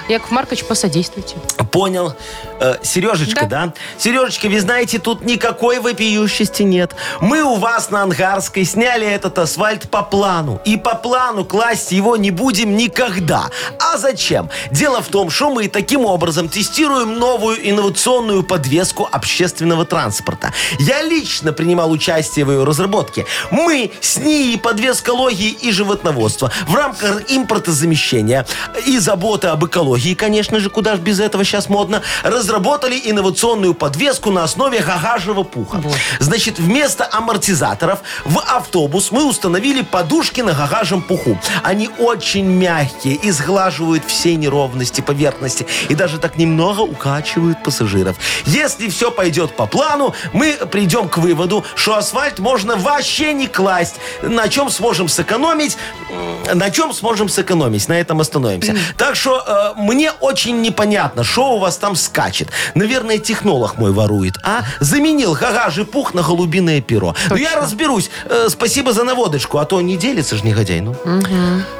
B: Яков Маркович, посодействуйте.
C: Понял. Э, Сережечка, да. Сережечка, вы знаете, тут никакой вопиющести нет. Мы у вас на Ангарской сняли этот асфальт по плану. И по плану класть его не будем никогда. А зачем? Дело в том, что мы таким образом тестируем новую инновационную подвеску общественного транспорта. Я лично принимал участие в ее разработке. Мы с НИИ подвеска логии и животноводства в рамках импортозамещения и заботы об экологии, конечно же, куда же без этого сейчас модно, разработали инновационную подвеску на основе гагажего пуха. Значит, вместо амортизаторов в автобус мы установили подушки на гагажем пуху. Они очень мягкие и сглаживают все неровности поверхности и даже так немного укачивают пассажиров. Если все пойдет по плану, мы придем к выводу, что асфальт можно вообще вообще не класть. На чем сможем сэкономить? м, На чем сможем сэкономить? На этом остановимся. Так что э, мне очень непонятно, что у вас там скачет. Наверное, технолог мой ворует, а? Заменил гагажи пух на голубиное перо. Ну, я разберусь. Э, спасибо за наводочку, а то не делится же негодяй. Ну,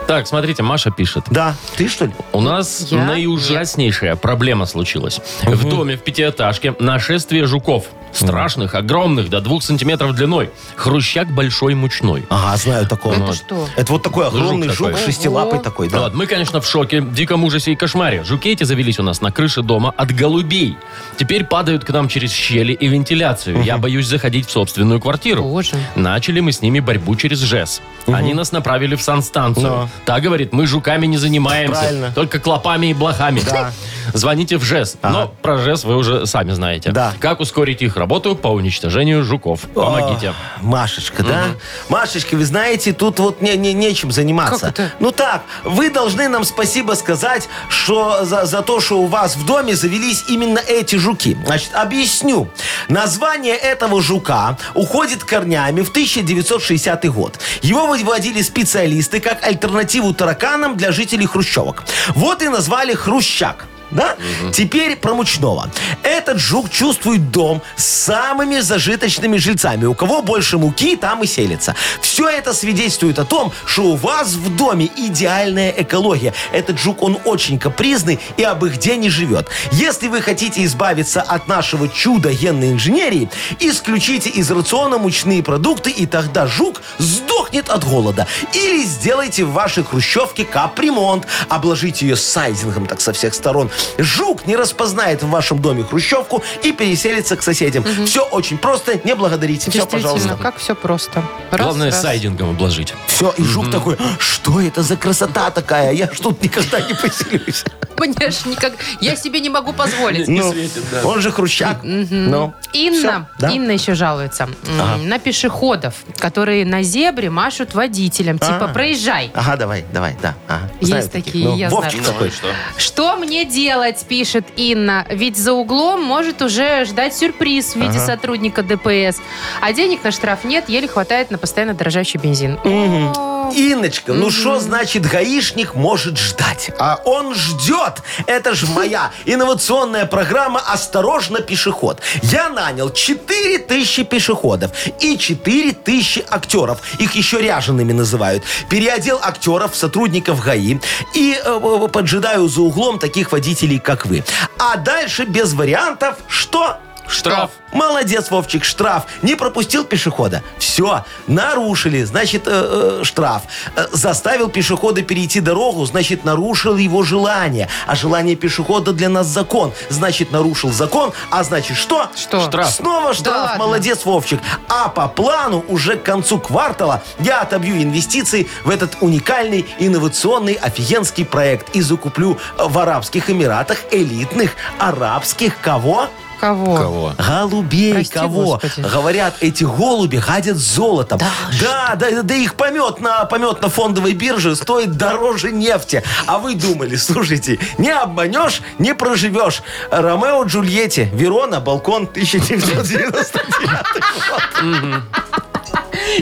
D: Так, смотрите, Маша пишет.
C: да. Ты что ли?
D: У нас
B: Я?
D: наиужаснейшая проблема случилась. В доме в пятиэтажке нашествие жуков. Страшных, огромных, до двух сантиметров длиной. Хрущак большой мучной.
C: Ага, знаю такого.
B: Это
C: Вот.
B: что?
C: Это вот такой огромный
D: такой.
C: жук, шестилапый
B: Ого.
C: такой,
D: Ну
C: да.
D: Вот, мы, конечно, в шоке, в диком ужасе и кошмаре. Жуки эти завелись у нас на крыше дома от голубей. Теперь падают к нам через щели и вентиляцию. Я боюсь заходить в собственную квартиру.
B: Боже.
D: Начали мы с ними борьбу через ЖЭС. Они нас направили в санстанцию.
C: Да.
D: Та говорит, мы жуками не занимаемся.
C: Правильно.
D: Только клопами и блохами. Звоните в ЖЭС. Но про ЖЭС вы уже сами знаете.
C: Да.
D: Как ускорить их работу по уничтожению жуков? Помогите.
C: Ох, Машечка, да? Машечка, вы знаете, тут вот не, не, нечем заниматься.
B: Как это?
C: Ну так, вы должны нам спасибо сказать, что за, за то, что у вас в доме завелись именно эти жуки. Значит, объясню. Название этого жука уходит корнями в 1960 год. Его выводили специалисты как альтернативу тараканам для жителей хрущевок. Вот и назвали хрущак. Да? Теперь про мучного. Этот жук чувствует дом с самыми зажиточными жильцами. У кого больше муки, там и селится. Все это свидетельствует о том, что у вас в доме идеальная экология. Этот жук, он очень капризный и об их где не живет. Если вы хотите избавиться от нашего чуда генной инженерии, исключите из рациона мучные продукты, и тогда жук сдохнет от голода. Или сделайте в вашей хрущевке капремонт, обложите ее сайдингом так со всех сторон. Жук не распознает в вашем доме хрущевку и переселится к соседям. Все очень просто, не благодарите. Все,
B: Действительно,
C: пожалуйста.
B: как все просто. Раз,
D: Главное
B: раз.
D: сайдингом обложить.
C: Все, и жук такой, «А, что это за красота такая? Я ж тут никогда не поселюсь.
B: Мне ж никак... Я себе не могу позволить.
C: Ну, Он же хрущак. Ну,
B: Инна,
C: всё, да.
B: Инна еще жалуется М, на пешеходов, которые на зебре машут водителям, типа
C: А.
B: проезжай.
C: Ага, давай, давай, да. ага.
B: Есть
C: Знаю Ну,
B: такие, я знаю.
C: Вовчик такой.
B: Что мне делать, пишет Инна, ведь за углом может уже ждать сюрприз в виде сотрудника ДПС, а денег на штраф нет, еле хватает на постоянно дорожащий бензин. О,
C: Инночка, ну что значит гаишник может ждать? А он ждет. Это же моя инновационная программа «Осторожно, пешеход». Я нанял 4000 пешеходов и 4000 актеров. Их еще ряжеными называют. Переодел актеров в сотрудников ГАИ и э, поджидаю за углом таких водителей, как вы. А дальше без вариантов что?
D: Штраф.
C: Молодец, Вовчик, штраф. Не пропустил пешехода. Все, нарушили, значит, э, э, штраф. Э, заставил пешехода перейти дорогу, значит, нарушил его желание. А желание пешехода для нас закон. Значит, нарушил закон, а значит, что?
B: Что?
D: Штраф.
C: Снова штраф,
B: ладно.
C: молодец, Вовчик. А по плану уже к концу квартала я отобью инвестиции в этот уникальный инновационный офигенский проект и закуплю э, в Арабских Эмиратах элитных арабских кого?
B: Кого?
D: Кого?
C: Голубей
B: Прости,
C: кого?
B: Господи.
C: Говорят, эти голуби гадят золотом. Да, да, да, их помет на, помет на фондовой бирже стоит дороже нефти. А вы думали, слушайте, не обманешь, не проживешь. Ромео Джульетти, Верона, балкон 1990.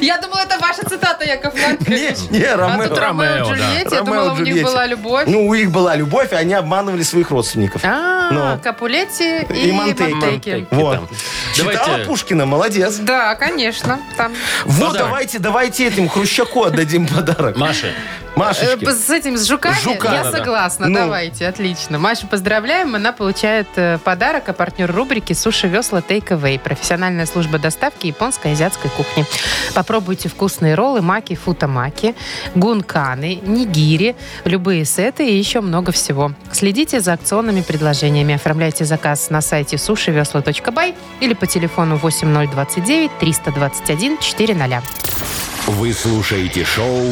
B: Я думала, это ваша цитата, Яков Маркович.
C: Не, не,
B: А
C: Ромео.
B: тут Ромео и
D: Ромео, да.
B: Джульетта, я
C: Ромео
B: думала, у них
C: Джульетти.
B: была любовь.
C: Ну, у них была любовь, и они обманывали своих родственников.
B: А,
C: Ну.
B: Капулетти и,
C: И Монтеки.
B: Монтеки.
C: Вот.
D: там.
C: Читала
D: Давайте.
C: Пушкина, молодец.
B: Да, конечно. Там
C: Вот,
D: Подарок.
C: давайте, давайте этим хрущаку отдадим подарок.
D: Маша,
B: Э,
C: Машечке.
B: п- С этим, с жуками?
C: Жука,
B: Я
C: да, да.
B: согласна,
C: Ну.
B: давайте, отлично. Машу поздравляем, она получает э, подарок, а партнер рубрики «Суши весла Take Away» профессиональная служба доставки японской и азиатской кухни. Попробуйте вкусные роллы, маки, футамаки, гунканы, нигири, любые сеты и еще много всего. Следите за акционными предложениями, оформляйте заказ на сайте сушивесла.бай или по телефону 8029 321 400.
A: Вы слушаете шоу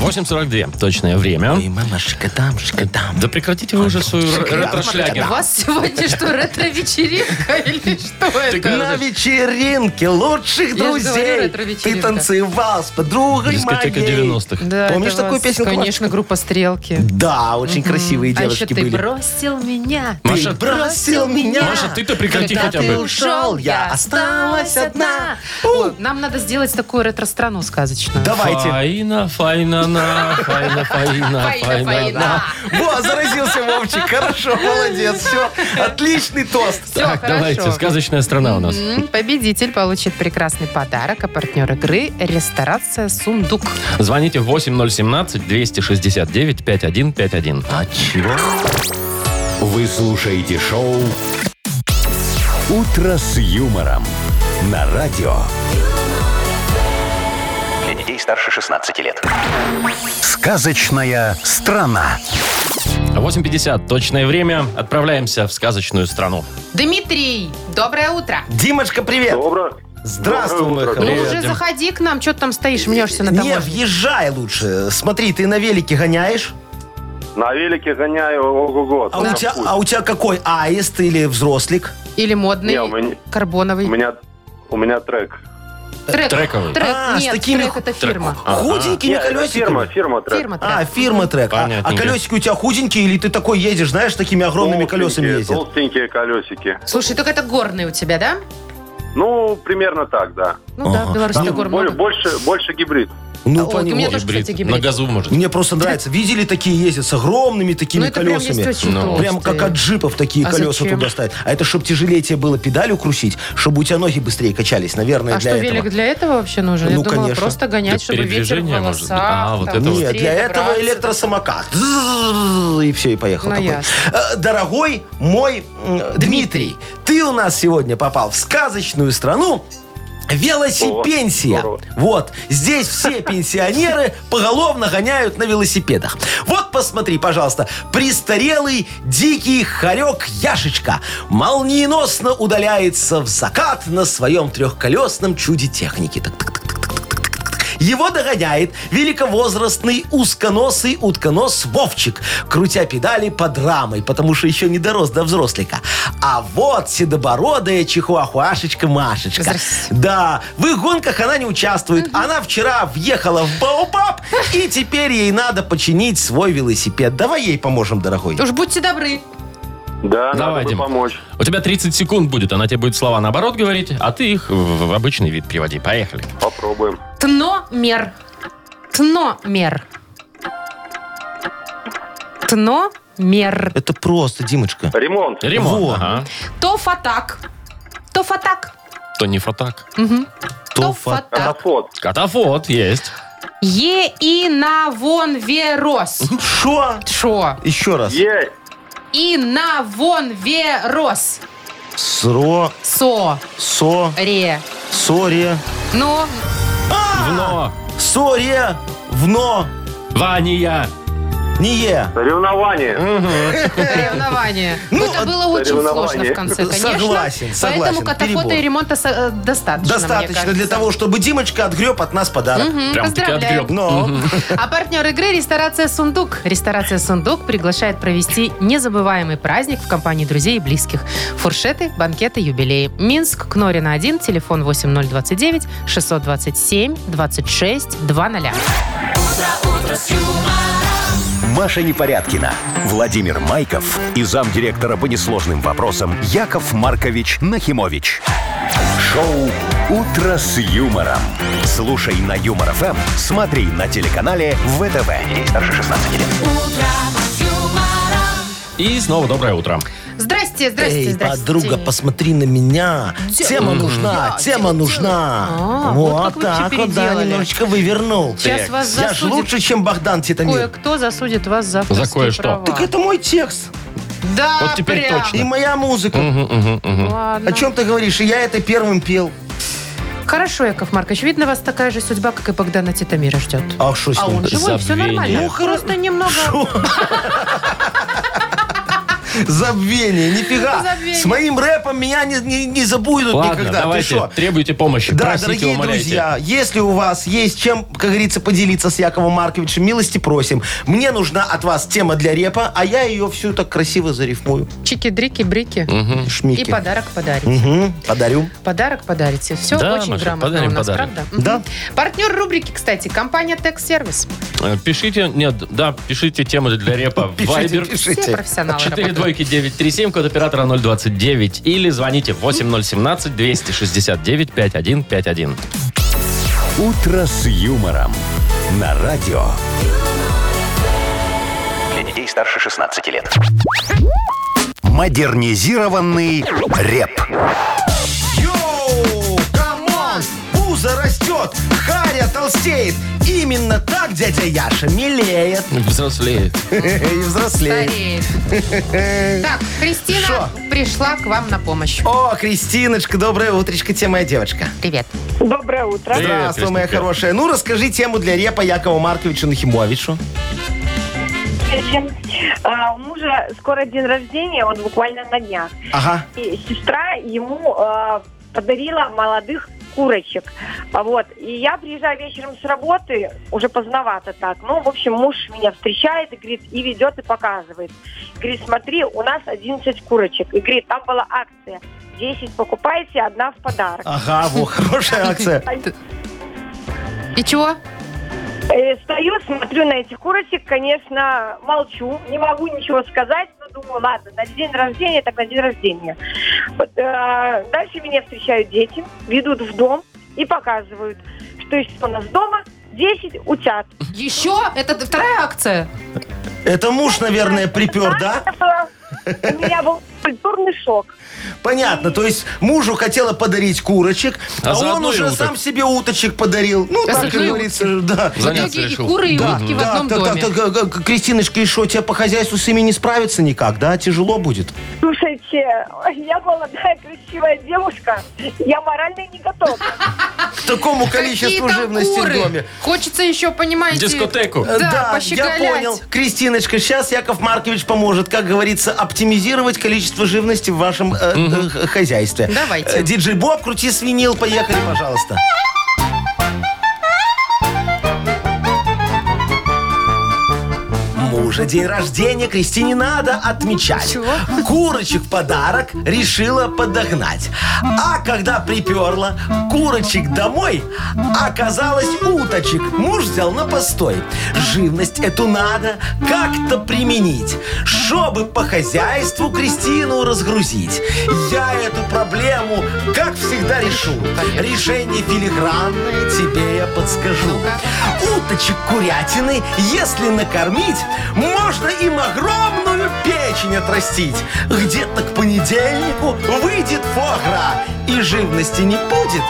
D: 8.42 точное время.
C: Ой, мамашка там, шка там.
D: Да прекратите вы уже свою р- ретро-шлягер.
B: У вас сегодня что, ретро-вечеринка или что
C: На
B: это?
C: вечеринке лучших
B: Я же говорю,
C: друзей ты
B: ретро-вечеринка.
C: танцевал с подругой
D: Дискотека
C: моей.
D: 90-х.
B: Да,
C: Помнишь
B: это
C: такую
B: вас,
C: песенку,
B: Конечно, группа «Стрелки».
C: Да, очень красивые
B: А еще
C: девочки
B: ты
C: были.
B: бросил меня.
D: Маша,
C: бросил меня.
D: Маша, ты-то прекрати
B: Когда
D: хотя
B: ты
D: бы.
B: ушел, я осталась одна.
C: У.
B: О, нам надо сделать такую ретро-страну сказочную.
C: Давайте.
D: Фаина, файна, на, файна, фаина,
B: Фаина,
D: файна,
B: Фаина.
D: на.
C: Во, заразился Вовчик. Хорошо, молодец. Все, отличный тост.
B: Всё,
D: Так, давайте,
B: хорошо.
D: сказочная страна у нас.
B: М, Победитель получит прекрасный подарок, а партнер игры – ресторация «Сундук».
D: Звоните 8017-269-5151.
C: А чего?
A: Вы слушаете шоу «Утро с юмором» на радио.
F: Для детей старше 16 лет.
A: Сказочная страна.
D: 8.50, точное время. Отправляемся в сказочную страну.
B: Дмитрий, доброе утро.
C: Димочка, привет.
E: Доброе.
C: Здравствуй, мой
E: Доброе утро.
C: хороший.
B: ну уже
D: Дим.
B: заходи к нам, что ты там стоишь, мнешься на
C: Не,
B: таможне.
C: въезжай лучше. Смотри, ты на велике гоняешь,
E: На велике гоняю, ого-го.
C: а,
E: только
C: у, тебя,
E: вкус.
C: а у тебя какой? Аист или взрослик?
B: Или модный,
E: Не, у меня-
B: карбоновый.
E: у меня, у меня трек.
B: Трек.
D: Трековый.
B: Трек.
C: А, с
B: Нет,
C: такими
B: трек
C: ху-
B: это фирма.
C: Худенькими
E: Не, это
C: колесиками?
E: Фирма, фирма трек.
B: Фирма трек.
C: А, фирма трек. А- А,
D: Понятненько.
C: колесики у тебя худенькие или ты такой едешь, знаешь, с такими огромными колесами
E: Толстенькие,
C: ездят?
E: Толстенькие колесики.
B: Слушай, только это горный у тебя, да?
E: Ну, примерно так, да.
B: Ну да, в Беларуси горный.
E: Боль- больше, больше гибрид.
C: Ну,
B: Ой, у меня тоже,
D: Гибрид.
B: кстати,
D: На
B: гибрид.
D: газу, может.
C: Мне просто нравится. Видели такие ездят с огромными такими
B: Ну это прям
C: колесами?
B: есть очень
D: Ну.
B: толстые.
C: Прям как от джипов такие
B: А
C: колеса
B: зачем?
C: туда ставят. А это чтобы тяжелее тебе было педаль крутить, чтобы у тебя ноги быстрее качались, наверное,
B: А
C: для
B: что,
C: этого.
B: велик для этого вообще нужен? Я
C: Ну,
B: думала,
C: конечно.
B: просто гонять,
D: Для
B: чтобы ветер в
D: передвижения, может быть.
B: волосах.
D: А, вот
B: там,
D: это вот.
C: Нет,
B: быстрее
C: для этого
B: добраться.
C: электросамокат. Зззз, И все, и поехал.
B: Ну,
C: такой.
B: ясно.
C: Э, Дорогой мой м, Дмитрий, ты у нас сегодня попал в сказочную страну Велосипенсия.
E: О, здорово.
C: Вот, здесь все пенсионеры поголовно гоняют на велосипедах. Вот посмотри, пожалуйста, престарелый дикий хорек Яшечка молниеносно удаляется в закат на своем трехколесном чуде техники. Так, так, так, так, так, так, так, так, так. Его догоняет великовозрастный узконосый утконос Вовчик, крутя педали под рамой, потому что еще не дорос до взрослика. А вот седобородая чихуахуашечка Машечка.
B: Здрасте.
C: Да, в их гонках она не участвует. Она вчера въехала в Баобаб, и теперь ей надо починить свой велосипед. Давай ей поможем, дорогой.
B: Уж будьте добры.
E: Да,
D: Давай,
E: надо бы
D: Дим.
E: помочь.
D: У тебя 30 секунд будет, она тебе будет слова наоборот говорить, а ты их в в обычный вид приводи. Поехали.
E: Попробуем.
B: Тномер. Тномер. Тномер.
C: Это просто, Димочка.
E: Ремонт.
D: Ремонт.
C: Во.
D: Ага.
B: Тофатак. Тофатак.
D: То не фотак.
B: Тофатак.
E: Катафот.
D: Катафот есть.
B: Еинавонверос.
C: Шо?
B: Шо?
C: Еще раз.
E: Е.
B: Инавонверос.
C: Сро,
B: Со.
C: со,
B: Ре.
C: соре.
B: Ну,
D: Вно.
C: Соре, вно,
D: Вания.
C: не е.
B: ну,
E: Соревнование.
B: соревнования. Ну, это было очень сложно в
E: соревнования.
B: конце, конечно.
C: Согласен, согласен,
B: Поэтому катафота
C: перебор.
B: и ремонта со- э, достаточно,
C: Достаточно для того, чтобы Димочка отгреб от нас подарок.
D: Прям таки
B: поздравляем.
D: отгреб.
C: Но
B: А партнер игры – ресторация «Сундук». Ресторация «Сундук» приглашает провести незабываемый праздник в компании друзей и близких. Фуршеты, банкеты, юбилеи. Минск, Кнорина 1, телефон 8029-627-26-00.
A: Маша Непорядкина, Владимир Майков и замдиректора по несложным вопросам Яков Маркович Нахимович. Шоу «Утро с юмором». Слушай на Юмор ФМ, смотри на телеканале ВТВ. Ей старше 16 лет.
D: И снова доброе утро.
B: Здрасте, здрасте,
C: Эй,
B: здрасте.
C: подруга, посмотри на меня. Тема нужна, тема
B: А,
C: нужна.
B: вот как
C: Вот
B: вы всё
C: так вот, да,
B: переделали.
C: немножечко вывернул.
B: Сейчас вас
C: Я же
B: засудит.
C: лучше, чем Богдан Титамир.
B: Кое-кто засудит вас за
D: За кое-что.
B: права.
C: Так это мой текст
B: Да,
D: Вот теперь
B: прям.
D: точно.
C: и моя музыка.
D: Мгм, мгм, мгм.
B: Ладно.
C: О чем ты говоришь? И я это первым пел.
B: Хорошо, Яков Маркович, видно, вас такая же судьба, как и Богдана Титамира ждет.
C: А Ну, что с
B: А он
C: ним?
B: живой, все
D: забвение.
B: нормально.
C: Ну, хоро-
B: Просто немного...
C: Забвение, нифига.
B: Забвение.
C: С моим рэпом меня не, не, не забудут
D: Ладно,
C: никогда. Ты
D: давайте,
C: шо?
D: требуйте помощи,
C: Да,
D: просите,
C: дорогие
D: умоляйте.
C: друзья, если у вас есть чем, как говорится, поделиться с Яковом Марковичем, милости просим. Мне нужна от вас тема для репа, а я ее всю так красиво зарифмую.
B: Чики-дрики-брики.
C: Шмики.
B: И подарок подарите.
C: Мгм, подарю.
B: Подарок подарите. Все
D: Да,
B: очень
D: Маша,
B: грамотно
D: подарим
B: у нас,
D: подарок.
B: правда? Мгм.
C: Да.
B: Партнер рубрики, кстати, компания Текс Сервис.
D: Э, Пишите, нет, да, пишите темы для репа в
C: Пишите,
D: Viber.
B: Все
C: пишите.
B: профессионалы.
D: Четыре
B: работают.
D: двойки 937, код оператора 029. Или звоните 8017 269 5151.
A: «Утро с юмором» на радио.
F: Для детей старше 16 лет.
A: Модернизированный реп.
C: Йоу, камон, пузо растет, харя толстеет. Именно так дядя Яша милеет
D: Взрослеет.
C: и взрослеет.
B: Стареет. Так, Кристина
C: Шо?
B: пришла к вам на помощь.
C: О, Кристиночка, доброе утречко, тебе моя девочка.
B: Привет.
H: Доброе утро.
D: Привет,
C: Здравствуй, моя
D: Кристинка.
C: хорошая. Ну, расскажи тему для репа Якову Марковичу Нахимовичу.
H: А, у мужа скоро день рождения, он буквально на днях.
C: Ага.
H: И сестра ему а, подарила молодых курочек. А Вот. И я приезжаю вечером с работы, уже поздновато так. Ну, в общем, муж меня встречает и говорит, и ведет, э, и показывает. Говорит, смотри, у нас 11 курочек. И говорит, там была акция. 10 покупаете, одна в подарок.
C: Ага, во, хорошая акция.
B: И чего?
H: Э, Стою, смотрю на этих курочек, конечно, молчу, не могу ничего сказать, но думаю, ладно, на день рождения, так на день рождения. Вот, э, дальше меня встречают дети, ведут в дом и показывают, что есть у нас дома 10 утят.
B: Еще? Это вторая акция?
C: Это муж, наверное, припер, да?
H: Это было- У меня был культурный шок.
C: Понятно. То есть мужу хотела подарить курочек,
D: А
C: а, он
D: заодно и
C: уже
D: уток.
C: сам себе уточек подарил. Ну,
B: Да,
C: так
B: заодно
C: как
B: и
C: говорится, да.
B: В
D: Заняться
B: итоге и
D: решил.
B: куры, и
C: Да,
B: утки в
C: да,
B: одном
C: так, так,
B: доме.
C: так, а, а, Кристиночка, и что, тебе по хозяйству с ими не справиться никак, да? Тяжело будет?
H: Слушайте, Э, я молодая, красивая девушка, я морально не готова.
C: К такому количеству
B: Какие там
C: живности в
B: куры?
C: доме.
B: Хочется еще, понимаете...
D: Дискотеку.
B: Да,
C: Э, я
B: пощеголять.
C: понял. Кристиночка, сейчас Яков Маркович поможет, как говорится, оптимизировать количество живности в вашем э, э, х- хозяйстве.
B: Давайте.
C: Э, Диджей Боб, крути свинил, поехали, пожалуйста. Мужа день рождения Кристине надо отмечать.
B: Чего?
C: Курочек в подарок решила подогнать. А когда приперла курочек домой, оказалось уточек муж взял на постой. Живность эту надо как-то применить, чтобы по хозяйству Кристину разгрузить. Я эту проблему, как всегда, решу. Решение филигранное тебе я подскажу. Уточек курятины, если накормить, можно им огромную печень отрастить. Где-то к понедельнику выйдет фогра, и живности не будет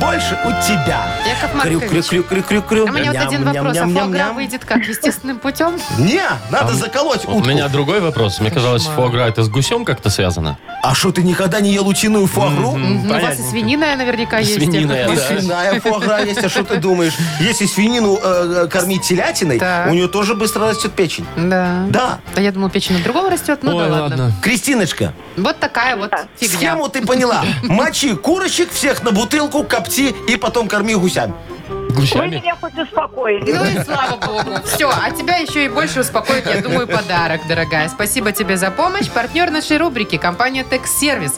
C: больше у тебя.
B: Яков
C: Крю, крю,
B: Маркович,
C: крю, крю, крю, крю.
B: а у меня вот один вопрос. А фуагра выйдет как, естественным путем?
C: Не, надо заколоть
D: У
C: утку.
D: меня другой вопрос. Мне казалось, фуагра это с гусем как-то связано.
C: А что, ты никогда не ел утиную фогру?
B: Ну, у вас и свинина наверняка есть.
D: Свининая,
B: Яков
C: И
D: да.
B: Маркович.
C: свиная фуагра есть, а что ты думаешь? Если свинину э, э, кормить телятиной,
B: Так.
C: у нее тоже быстро растет печень.
B: Да.
C: Да.
B: А я думал, печень у другого растет. Ну
D: Ой,
B: да ладно.
C: Кристиночка,
B: Вот такая вот фигня.
C: схему ты поняла. Мочи курочек, всех на бутылку, копти и потом корми гусями.
H: Вы
D: Гусями?
H: меня хоть успокоили.
B: Ну и слава богу. Все, а тебя еще и больше успокоит, я думаю, подарок, дорогая. Спасибо тебе за помощь. Партнер нашей рубрики – компания «Текс-сервис».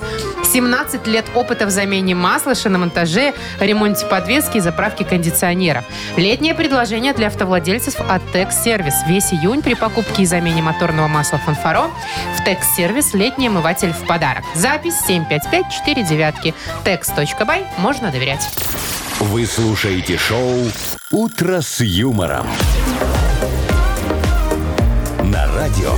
B: 17 лет опыта в замене масла, шиномонтаже, ремонте подвески и заправке кондиционеров. Летнее предложение для автовладельцев от «Текс-сервис». Весь июнь при покупке и замене моторного масла «Фанфаро» в «Текс-сервис» летний омыватель в подарок. Запись 75549. Текс.бай. Можно доверять.
A: Вы слушаете шоу «Утро с юмором». На радио.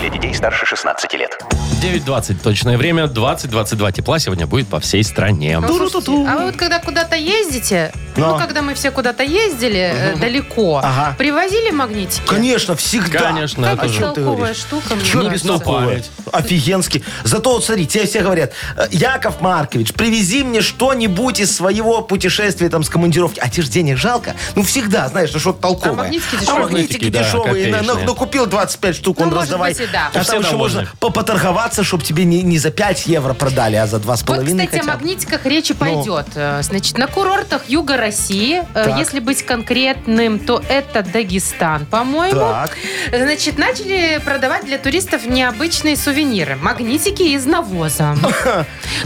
F: Для детей старше 16 лет.
D: 9.20 точное время, 20-22 тепла сегодня будет по всей стране.
B: Ну, слушайте, а вы вот когда куда-то ездите,
C: Но.
B: Ну, когда мы все куда-то ездили э, далеко,
C: Ага.
B: привозили магнитики.
C: Конечно, всегда.
D: Конечно,
B: Как
D: это же.
B: бестолковая
C: говоришь?
B: штука, мне
C: Чё
D: Ну,
B: кажется.
C: бестолковое? Офигенски. Зато вот смотри, тебе все говорят, «Э, Яков Маркович, привези мне что-нибудь из своего путешествия там с командировки. А тебе же денег жалко? Ну всегда, знаешь, ну что-то толковое.
B: А магнитики дешевые.
C: А магнитики
D: Магнитики, да,
C: дешевые. На- на-
D: копеечные.
C: Накупил 25 штук,
B: Ну,
C: он
B: может
C: раздавай.
B: быть, и да.
C: А
D: Все
C: там еще
D: довольны.
C: можно по- поторговаться, чтобы тебе не, не за 5 евро продали, а за 2,5
B: Вот, кстати,
C: хотя
B: о
C: бы. Ну.
B: магнитиках речи пойдет. Э, Значит, на курортах юга России, э,
C: Так.
B: если быть конкретным, то это Дагестан, по-моему.
C: Так.
B: Значит, начали продавать для туристов необычные сувениры. Магнитики из навоза.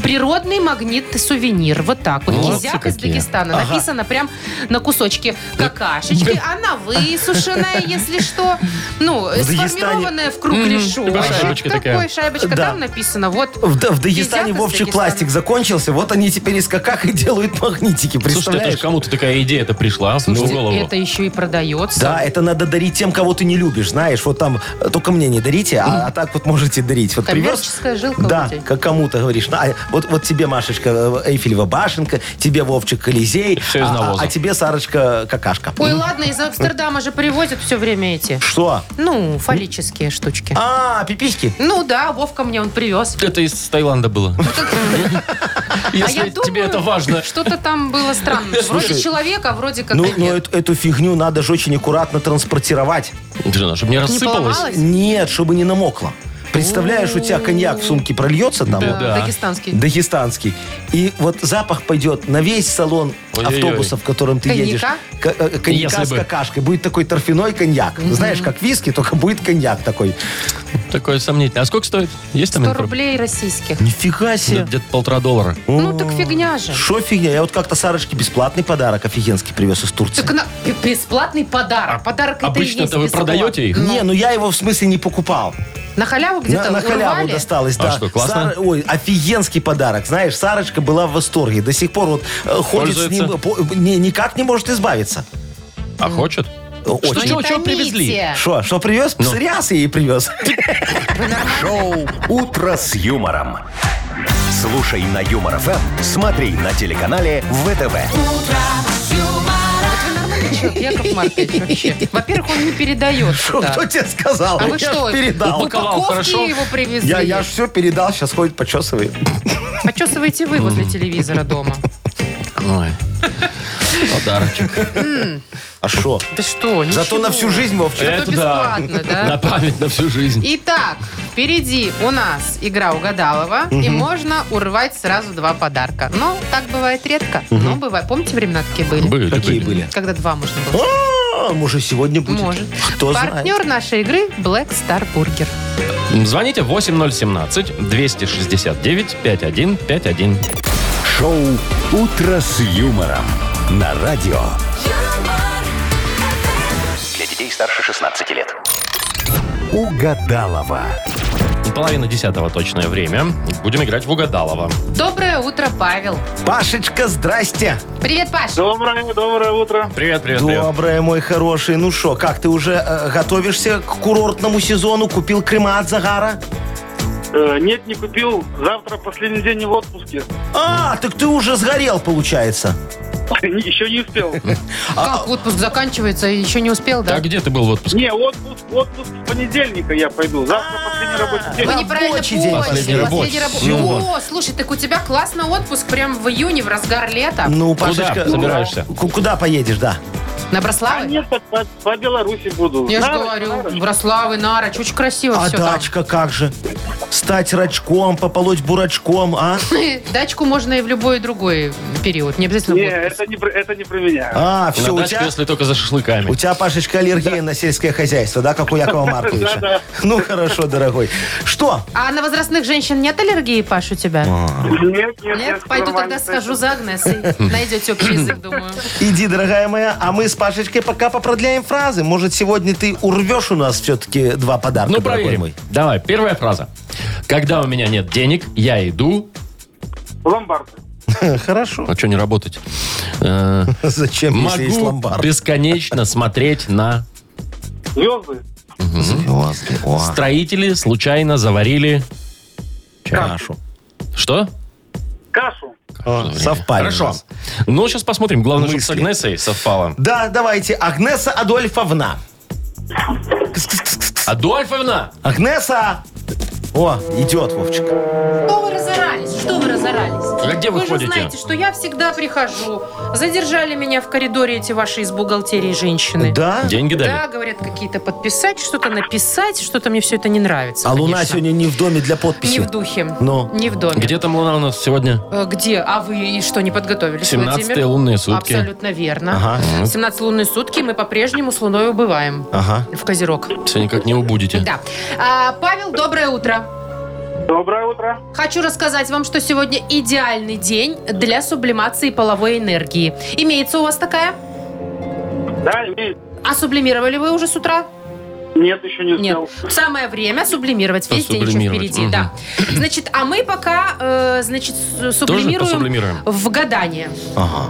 B: Природный магнитный сувенир. Вот так вот.
D: Молодцы
B: Кизяк из
D: какие.
B: Дагестана. Написано прям на кусочке какашечки. Она высушенная, если что. Ну,
C: В Дагестане-
B: сформированная в кругляшу.
D: такая
B: Вот
D: шайбочка такая.
B: Такой шайбочка.
C: Да.
B: Там написано. Вот
C: В, Да- в Дагестане
B: Кизяк из
C: Вовчик
B: Дагестана.
C: пластик закончился, вот они теперь из каках и делают магнитики,
D: Слушай, это
C: представляешь?
D: же кому-то такая идея-то пришла а в
B: Слушайте,
D: голову.
B: это еще и продается.
C: Да, это надо дарить тем, кого ты не любишь, знаешь. Вот там э, только мне не дарите, а, а так вот можете дарить. Вот привез.
B: Коммерческая жилка у
C: Да,
B: людей.
C: как кому-то говоришь. На, вот, вот тебе, Машечка, э, Эйфелева башенка, тебе, Вовчик, Колизей,
D: Всё из
C: а- а,
D: навоза.
C: а тебе, Сарочка, какашка.
B: Ой, ладно, из Амстердама же привозят все время эти.
C: Что?
B: Ну, фаллические штуки.
C: А, пиписьки?
B: Ну да, Вовка мне он привез.
D: Это из Таиланда было.
B: а
D: Если
B: я думаю,
D: тебе это важно.
B: Что-то там было странно. Вроде
C: Слушай,
B: человека, вроде как
C: Ну,
B: и
C: ну,
B: нет.
C: эту, эту фигню надо же очень аккуратно транспортировать.
D: Жена, чтобы не
B: Не
D: рассыпалось.
B: поломалось?
C: Нет, чтобы не намокло. Представляешь, у тебя коньяк в сумке прольется там.
B: Да,
D: да.
B: Дагестанский.
C: Дагестанский. И вот запах пойдет на весь салон
D: Ой-ой-ой.
C: автобуса, в котором ты
B: Коньяка?
C: едешь. К- э, Коньяка
D: Если
C: с
D: бы.
C: какашкой. Будет такой торфяной коньяк. Знаешь, как виски, только будет коньяк такой.
D: Такое сомнительное. А сколько стоит? Есть там
B: 100
D: информация?
B: рублей российских.
C: Ну, Нифига
D: Да,
C: себе.
D: Где-то полтора доллара.
B: Ну так фигня же.
C: Шо фигня? Я вот как-то Сарочке бесплатный подарок офигенский привез из Турции.
B: Так на- б- бесплатный подарок. Подарок это и есть
D: Обычно-то вы
B: бесплатно.
D: продаете их?
C: Не, ну я его в смысле не покупал.
B: На халяву где-то
C: на, на халяву
B: урвали?
C: досталось,
D: А
C: да.
D: что, классно?
C: Ой, офигенский подарок. Знаешь, Сарочка была в восторге. До сих пор вот э, ходит с ним,
D: Пользуется?
C: э, по- не- никак не может избавиться.
D: А хочет?
C: Э,
D: Что,
C: Очень.
D: чего, чего привезли?
B: Тоните.
C: Что, что привез?
D: Ну.
C: Псориаз ей привез.
A: Шоу «Утро с юмором». Слушай на Юмор ФМ, смотри на телеканале ВТВ.
B: Человек, Яков Маркович вообще. Во-первых, он не передает.
C: Что,
B: сюда.
C: кто тебе сказал?
B: А
C: я
B: вы что,
C: ж передал.
B: в упаковке
D: хорошо?
B: его привезли?
C: Я, я ж все передал, сейчас ходит, почесывает.
B: Почесываете вы возле телевизора дома.
D: Ой. Подарочек.
C: А что?
B: Да что, ничего.
C: Зато на всю жизнь, Вовчик.
D: Э?
B: Это бесплатно, да?
D: На память на всю жизнь.
B: Итак, впереди у нас игра угадалова, и можно урвать сразу два подарка. Но так бывает редко. Но бывает. Помните времена, какие были?
D: Были,
C: Какие
D: были.
C: были?
B: Когда два можно было.
C: А, Может, сегодня будет?
B: Может.
C: Кто
B: Партнер
C: знает?
B: нашей игры Black Star Burger.
D: Звоните 8017-269-5151.
A: Шоу «Утро с юмором» на радио.
F: Для детей старше 16 лет.
A: Угадалова.
D: Половина десятого точное время. Будем играть в угадалово.
B: Доброе утро, Павел.
C: Пашечка, здрасте.
B: Привет, Паша.
G: Доброе, доброе утро.
D: Привет, привет, привет.
C: Доброе, мой хороший. Ну что, как ты уже э, готовишься к курортному сезону? Купил крема от загара?
G: Э, нет, не купил. Завтра последний день в отпуске.
C: А, так ты уже сгорел, получается.
G: Еще не успел.
B: Как отпуск заканчивается, и еще не успел, да?
D: А где ты был в отпуске?
G: Не, отпуск, отпуск с понедельника я пойду. Завтра последний рабочий день.
B: Вы неправильно
C: Рабочий день.
B: поняли.
D: Последний рабочий.
B: рабо-
D: Ну
B: О, слушай, так у тебя классный отпуск прям в июне, в разгар лета.
C: Ну,
D: Куда
C: Пашечка...
D: собираешься?
C: Ку- Куда поедешь, да?
B: На
G: А
B: Брославе?
G: нет, по, по- по Беларуси буду.
B: Я же
G: Нара,
B: говорю,
G: Нара.
B: Брославы, Нарочь, очень красиво
C: А
B: все
C: дачка как же? Стать рачком, пополоть бурачком, а?
B: там. Дачку можно и в любой другой период, не обязательно в
G: Не,
B: отпуск.
G: это не, про- это не про меня.
C: А, все,
D: На
C: у
D: дачку,
C: тебя...
D: если только за шашлыками.
C: У тебя, Пашечка, аллергия на сельское хозяйство, да, как у Якова Марковича?
G: Да-да.
C: Ну, хорошо, дорогой. Что?
B: А на возрастных женщин нет аллергии, Паш, у тебя?
G: Нет, нет,
B: Нет?
G: всё
B: Пойду
G: нормально.
B: тогда схожу за Агнесой. Найдете общий язык, думаю.
C: Иди, дорогая моя, а мы с Пашечкой пока попродляем фразы. Может, сегодня ты урвешь у нас все-таки два подарка,
D: Ну,
C: дорогой
D: проверим.
C: мой?
D: Давай, первая фраза. Когда у меня нет денег, я иду...
G: В Ломбард.
C: Хорошо.
D: А что не работать? Э,
C: Зачем, если есть
D: Могу
C: ломбард?
D: бесконечно смотреть на...
G: Звезды.
C: Звезды. О,
D: Строители случайно заварили...
C: Кашу.
D: Что?
G: Кашу.
C: О, совпали у
D: Хорошо.
C: нас.
D: Ну, сейчас посмотрим. Главное, чтобы с
C: Мысли.
D: Агнесой совпало.
C: Да, давайте. Агнеса Адольфовна.
D: Адольфовна!
C: Агнеса! О, идет, Вовчик.
B: Что вы разорались? Что вы разорались?
D: А где вы
B: вы же
D: ходите?
B: знаете, что я всегда прихожу. Задержали меня в коридоре эти ваши из бухгалтерии женщины.
C: Да?
D: Деньги дали?
B: Да, говорят, какие-то подписать, что-то написать, что-то мне все это не нравится.
C: А Луна
B: конечно.
C: сегодня не в доме для
B: Не
C: подписи.
B: в духе.
C: Ну.
B: Не в доме.
D: Где там луна у нас сегодня?
B: Э, Где? А вы и что, не подготовились,
D: 17-е
B: Владимир?
D: лунные сутки.
B: Абсолютно верно.
C: Ага.
B: 17 лунные сутки мы по-прежнему с Луной убываем.
C: Ага.
B: В Козерог.
D: Все никак не убудете.
B: Да. А, Павел, доброе утро.
G: Доброе утро.
B: Хочу рассказать вам, что сегодня идеальный день для сублимации половой энергии. Имеется у вас такая?
G: Да, имеет.
B: А сублимировали вы уже с утра?
G: Нет, еще не
B: Нет.
G: успел.
B: Самое время сублимировать. Весь день еще
D: Посублимировать,
B: впереди.
D: мгм.
B: Да. Значит, а мы пока, э, значит, с-
D: Тоже
B: сублимируем
D: посублимируем?
B: в гадание.
C: Ага.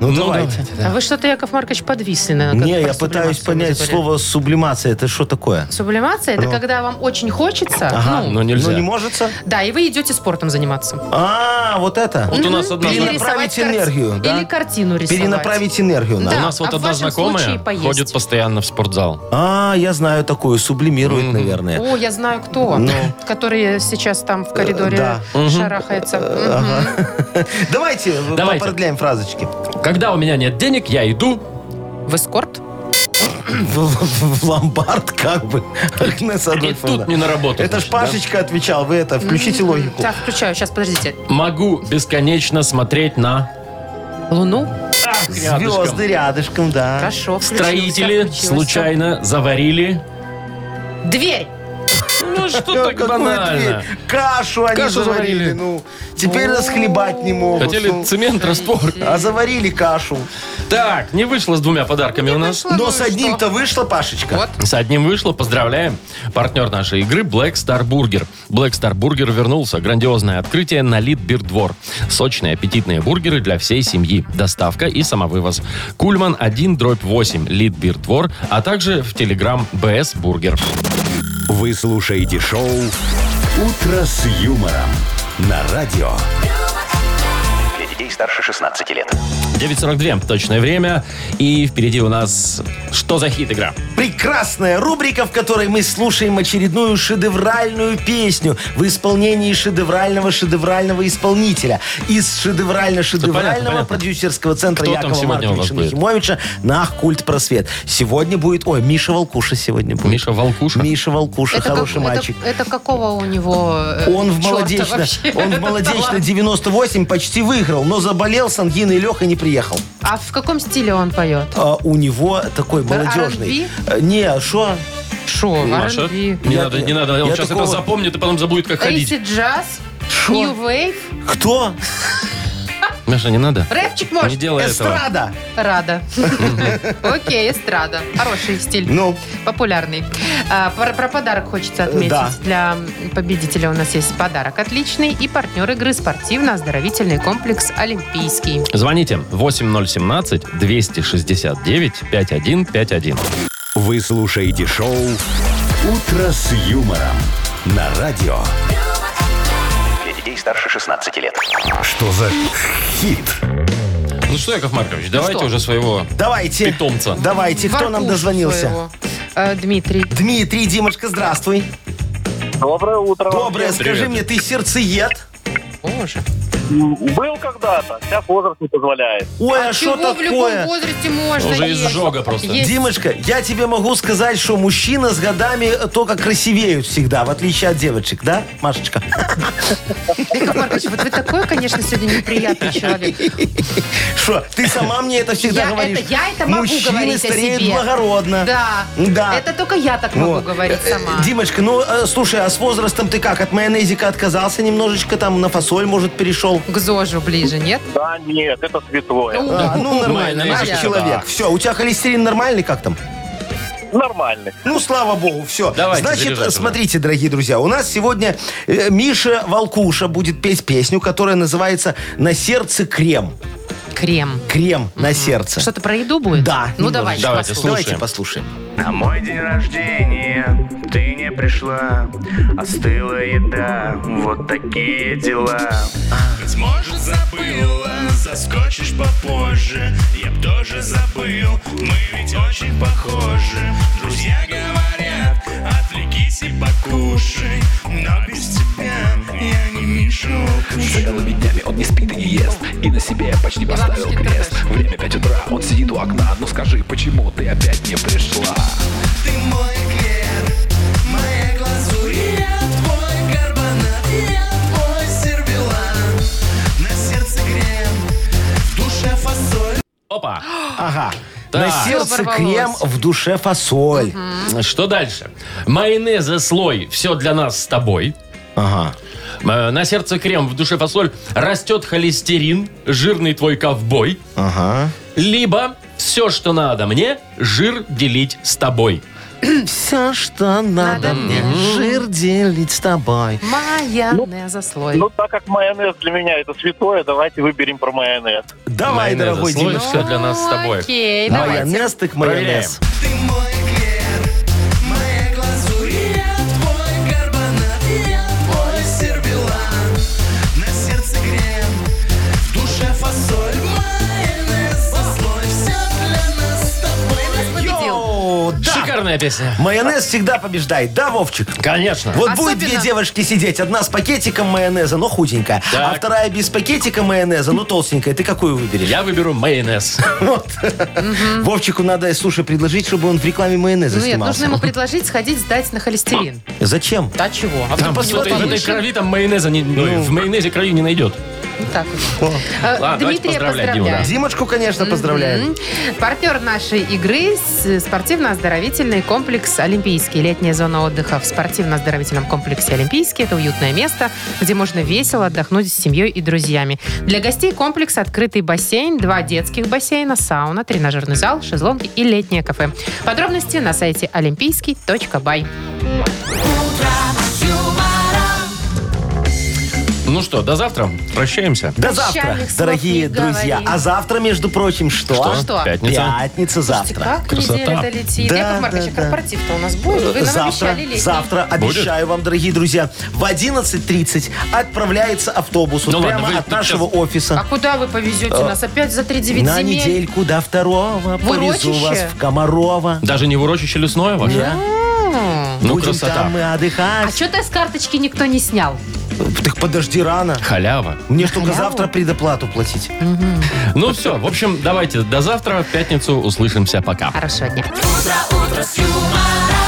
C: Ну, давайте.
B: А вы что-то, Яков Маркович, подвисли. наверное, А как
C: Не,
B: про
C: я пытаюсь
B: сублимацию
C: понять
B: мы заговорили.
C: слово сублимация. Это что такое?
B: Сублимация это
C: Ну.
B: когда вам очень хочется,
C: Ага.
D: Но
B: ну,
D: нельзя.
C: Ну, не может?
B: да, и вы идете спортом заниматься.
C: А, вот это.
D: Вот у нас одна
B: Или
D: знакомая-
C: Перенаправить
B: рисовать карти-
C: энергию, да?
B: Или картину Ну, рисовать.
C: Перенаправить энергию
D: У
C: надо.
B: Да.
D: нас вот
B: а в
D: одна
B: вашем
D: знакомая
B: случае поесть.
D: ходит постоянно в спортзал.
C: А, я знаю такую. Сублимирует, наверное.
B: О, я знаю кто,
C: Ну.
B: который сейчас там в коридоре
C: да. Э,
B: шарахается. Мгм.
C: Ага. Давайте,
D: Давайте.
C: продляем фразочки.
D: Когда у меня нет денег, я иду.
B: В эскорт?
C: В, в- в ломбард как бы. Агнеса
D: И
C: Адольфовна.
D: тут не на работу.
C: Это ж
D: значит, да?
C: Пашечка отвечал. Вы это, включите логику.
B: Так, включаю. Сейчас, подождите.
D: Могу бесконечно смотреть на
B: Луну?
D: рядышком.
C: Звезды рядышком, да.
B: Хорошо. включилось,
D: строители
B: включилось.
D: случайно заварили.
B: Дверь!
D: Ну
C: Э,
D: что так
C: какую
D: банально?
C: дверь? Кашу они
D: Кашу
C: заварили.
D: заварили.
C: Ну, теперь нас хлебать не могут.
D: Хотели
C: ну.
D: цемент, раствор.
C: А заварили кашу.
D: Так, не вышло с двумя подарками у нас.
C: Но с одним-то вышло, Пашечка.
B: Вот.
D: С одним вышло, поздравляем. Партнер нашей игры Black Star Burger. Black Star Burger вернулся. Грандиозное открытие на Литбирдвор. Сочные аппетитные бургеры для всей семьи. Доставка и самовывоз. Кульман 1 дробь 8 Литбирдвор, а также в Телеграм БС Бургер.
A: Вы слушаете шоу «Утро с юмором» на радио.
F: Для детей старше 16 лет.
D: 9.42 точное время. И впереди у нас что за хит игра?
C: Прекрасная рубрика, в которой мы слушаем очередную шедевральную песню в исполнении шедеврального шедеврального исполнителя из
D: Да, понятно,
C: шедеврально-шедеврального
D: понятно.
C: продюсерского центра
D: Кто там
C: Якова
D: сегодня у вас
C: Марковича
D: будет?
C: Нахимовича на Культ Просвет. Сегодня будет... Ой, Миша Волкуша сегодня будет.
D: Миша Волкуша?
C: Миша Волкуша,
B: как-
C: хороший мальчик.
B: Это, это какого у него э,
C: Он в
B: чёрта
C: молодечно,
B: вообще?
C: он в молодечно
B: Талант.
C: 98 почти выиграл, но заболел с ангиной Леха не приехал.
B: А в каком стиле он поет?
C: А у него такой молодежный. Э, Не, что?
B: Шо,
D: Маша, не
B: R&B.
C: Я-
D: надо, не надо. Он
C: я
D: сейчас
C: такого-
D: это запомнит и потом забудет, как ходить.
B: Acid джаз, New Wave,
C: Кто?
D: Маша, не надо.
B: рэпчик
D: Не
B: может?
D: делай этого.
C: Эстрада.
B: Рада. Окей, эстрада. Хороший стиль.
C: Ну,
B: Популярный. А, Про про подарок хочется
C: Да.
B: отметить. Для победителя у нас есть подарок отличный. И партнер игры спортивно-оздоровительный комплекс «Олимпийский».
D: Звоните 8017-269-5151.
A: Вы слушаете шоу «Утро с юмором» на радио.
F: Для детей старше 16 лет.
A: Что за хит?
D: Ну что, Яков Маркович, давайте
B: что?
D: уже своего
C: давайте.
D: питомца.
C: Давайте, кто нам
B: Воркушу
C: дозвонился?
B: своего. Э, Дмитрий.
C: Дмитрий, Димочка, здравствуй.
G: Доброе утро.
C: Доброе, скажи
D: Привет.
C: мне, ты сердцеед?
B: Боже.
G: Был когда-то, сейчас возраст не позволяет.
C: Ой, а,
B: А
C: что
B: чего в любом
C: такое?
B: возрасте можно
D: Уже
B: есть?
D: изжога просто.
B: Есть.
C: Димочка, я тебе могу сказать, что мужчина с годами только красивеют всегда, в отличие от девочек, да, Машечка?
B: Яков Маркович, вот вы такой, конечно, сегодня неприятный человек.
C: Что, ты сама мне это всегда
B: Я
C: говоришь?
B: это- я это могу
C: Мужчины
B: говорить о
C: стареют
B: себе.
C: благородно.
B: Да.
C: Да.
B: Это только я так могу
C: Вот.
B: говорить
C: Э, э,
B: сама.
C: Димочка, ну, э, слушай, а с возрастом ты как, от майонезика отказался немножечко, там, на фасоль, может, перешел?
B: К ЗОЖу ближе, нет?
G: Да нет, это святое.
B: Ну,
C: А, ну, нормально, наш
B: майонезик,
C: человек.
D: да.
C: Все, у тебя холестерин нормальный, как там?
G: Нормальный.
C: Ну, слава богу, все.
D: Давайте,
C: Значит,
D: заряжайте уже.
C: смотрите, дорогие друзья, у нас сегодня э, Миша Волкуша будет петь песню, которая называется «На сердце крем».
B: Крем.
C: Крем на сердце.
B: Что-то про еду будет?
C: Да,
B: Ну,
C: немножечко.
B: давайте,
D: Давайте,
B: послушаем.
C: Давайте послушаем.
I: На мой день рождения ты не пришла, остыла еда, вот такие дела. Быть может забыла, заскочишь попозже, я б тоже забыл, мы ведь очень похожи. Друзья говорят, отвлекись и покушай, но без тебя я не мешок.
F: Целыми днями он не спит и не ест И на себе почти поставил
B: бабушке
F: крест Время 5 утра, он сидит у окна Ну скажи, почему ты опять не пришла?
I: Ты мой эклер, моя глазурь Я твой карбонат, я твой сервелат На сердце крем, в душе фасоль
D: Опа!
C: Ага.
D: Так.
C: На сердце
B: Всё
C: крем,
B: оборвалось.
C: в душе фасоль.
D: Что дальше? Майонеза слой «Все для нас с тобой».
C: Ага.
D: Э, На сердце крем, в душе фасоль. Растет холестерин, жирный твой ковбой.
C: Ага.
D: Либо все, что надо мне, жир делить с тобой.
C: Все, что
B: Надо
C: надо мне, жир делить с тобой.
B: Майонеза слой.
G: Ну, так как майонез для меня это святое, давайте выберем про майонез.
C: Давай,
D: Майонеза
C: дорогой
D: слой.
C: Дима.
D: ну, всё для нас с тобой.
B: Окей, давайте.
C: Майонез так майонез.
I: Ты мой эклер, моя глазурь Я твой карбонат, я твой сервелат На сердце крем, в душе фасоль Майонез, слой, все для нас с тобой
B: Победил.
C: О, да.
D: Шикарная песня.
C: Майонез всегда побеждает, да, Вовчик?
D: Конечно.
C: Вот будет
B: Особенно-
C: две девушки сидеть, одна с пакетиком майонеза, но худенькая,
D: Так.
C: а вторая без пакетика майонеза, но толстенькая. Ты какую выберешь?
D: Я выберу майонез.
C: Вот. Вовчику надо, слушай, предложить, чтобы он в рекламе майонеза
B: Ну, нет, нужно
C: снимался.
B: ему предложить сходить сдать на холестерин.
D: А.
C: Зачем?
B: Да чего? А
D: Там
B: вдруг у него
D: что-то в этой
B: повыше?
D: крови там майонеза не, ну, в майонезе крови не найдет.
B: Ну, так вот. Э,
D: Ладно, давайте
B: Дмитрия
D: поздравлять, Дима,
B: поздравляем.
C: Димочку, конечно, поздравляем.
B: Мгм. Партнер нашей игры – спортивно-оздоровительный комплекс «Олимпийский». Летняя зона отдыха в спортивно-оздоровительном комплексе «Олимпийский» – это уютное место, где можно весело отдохнуть с семьей и друзьями. Для гостей комплекс открытый бассейн, два детских бассейна, сауна, тренажерный зал, шезлонги и летнее кафе. Подробности на сайте олимпийский.бай.
D: Ну что, до завтра. Прощаемся.
C: До завтра,
B: Прощальных слов не
C: дорогие друзья.
B: говори.
C: А завтра, между прочим, что?
B: Что?
D: Пятница.
C: Пятница завтра.
B: Как
D: Красота.
B: неделя-то летит.
C: Да,
B: Яков Маркович,
C: да,
B: а
C: да.
B: корпоратив-то у нас будет. Вы нам
C: завтра,
B: обещали летний.
C: завтра, обещаю вам, дорогие друзья, в 11.30 отправляется автобус вот
D: Ну ладно,
C: прямо
D: вы
C: от
D: тут
C: нашего
D: щас-
B: А
C: офиса.
B: куда вы повезете нас? Опять за 3-9 земель?
C: Э, На недельку до
B: В
C: второго повезу
B: урочище?
C: вас в Комарова.
D: Даже не в урочище лесное ваше?
C: Да.
B: М.
D: Ну,
C: Будем
D: красота.
C: там мы
B: А
C: отдыхать.
B: что ты с карточки никто не снял?
C: Так подожди рано.
D: Халява.
C: Мне ж только
B: Халяву?
C: завтра предоплату платить.
D: Ну все, в общем, давайте до завтра. В пятницу услышимся. Пока.
B: Хорошего дня.
I: Утро, утро с юмором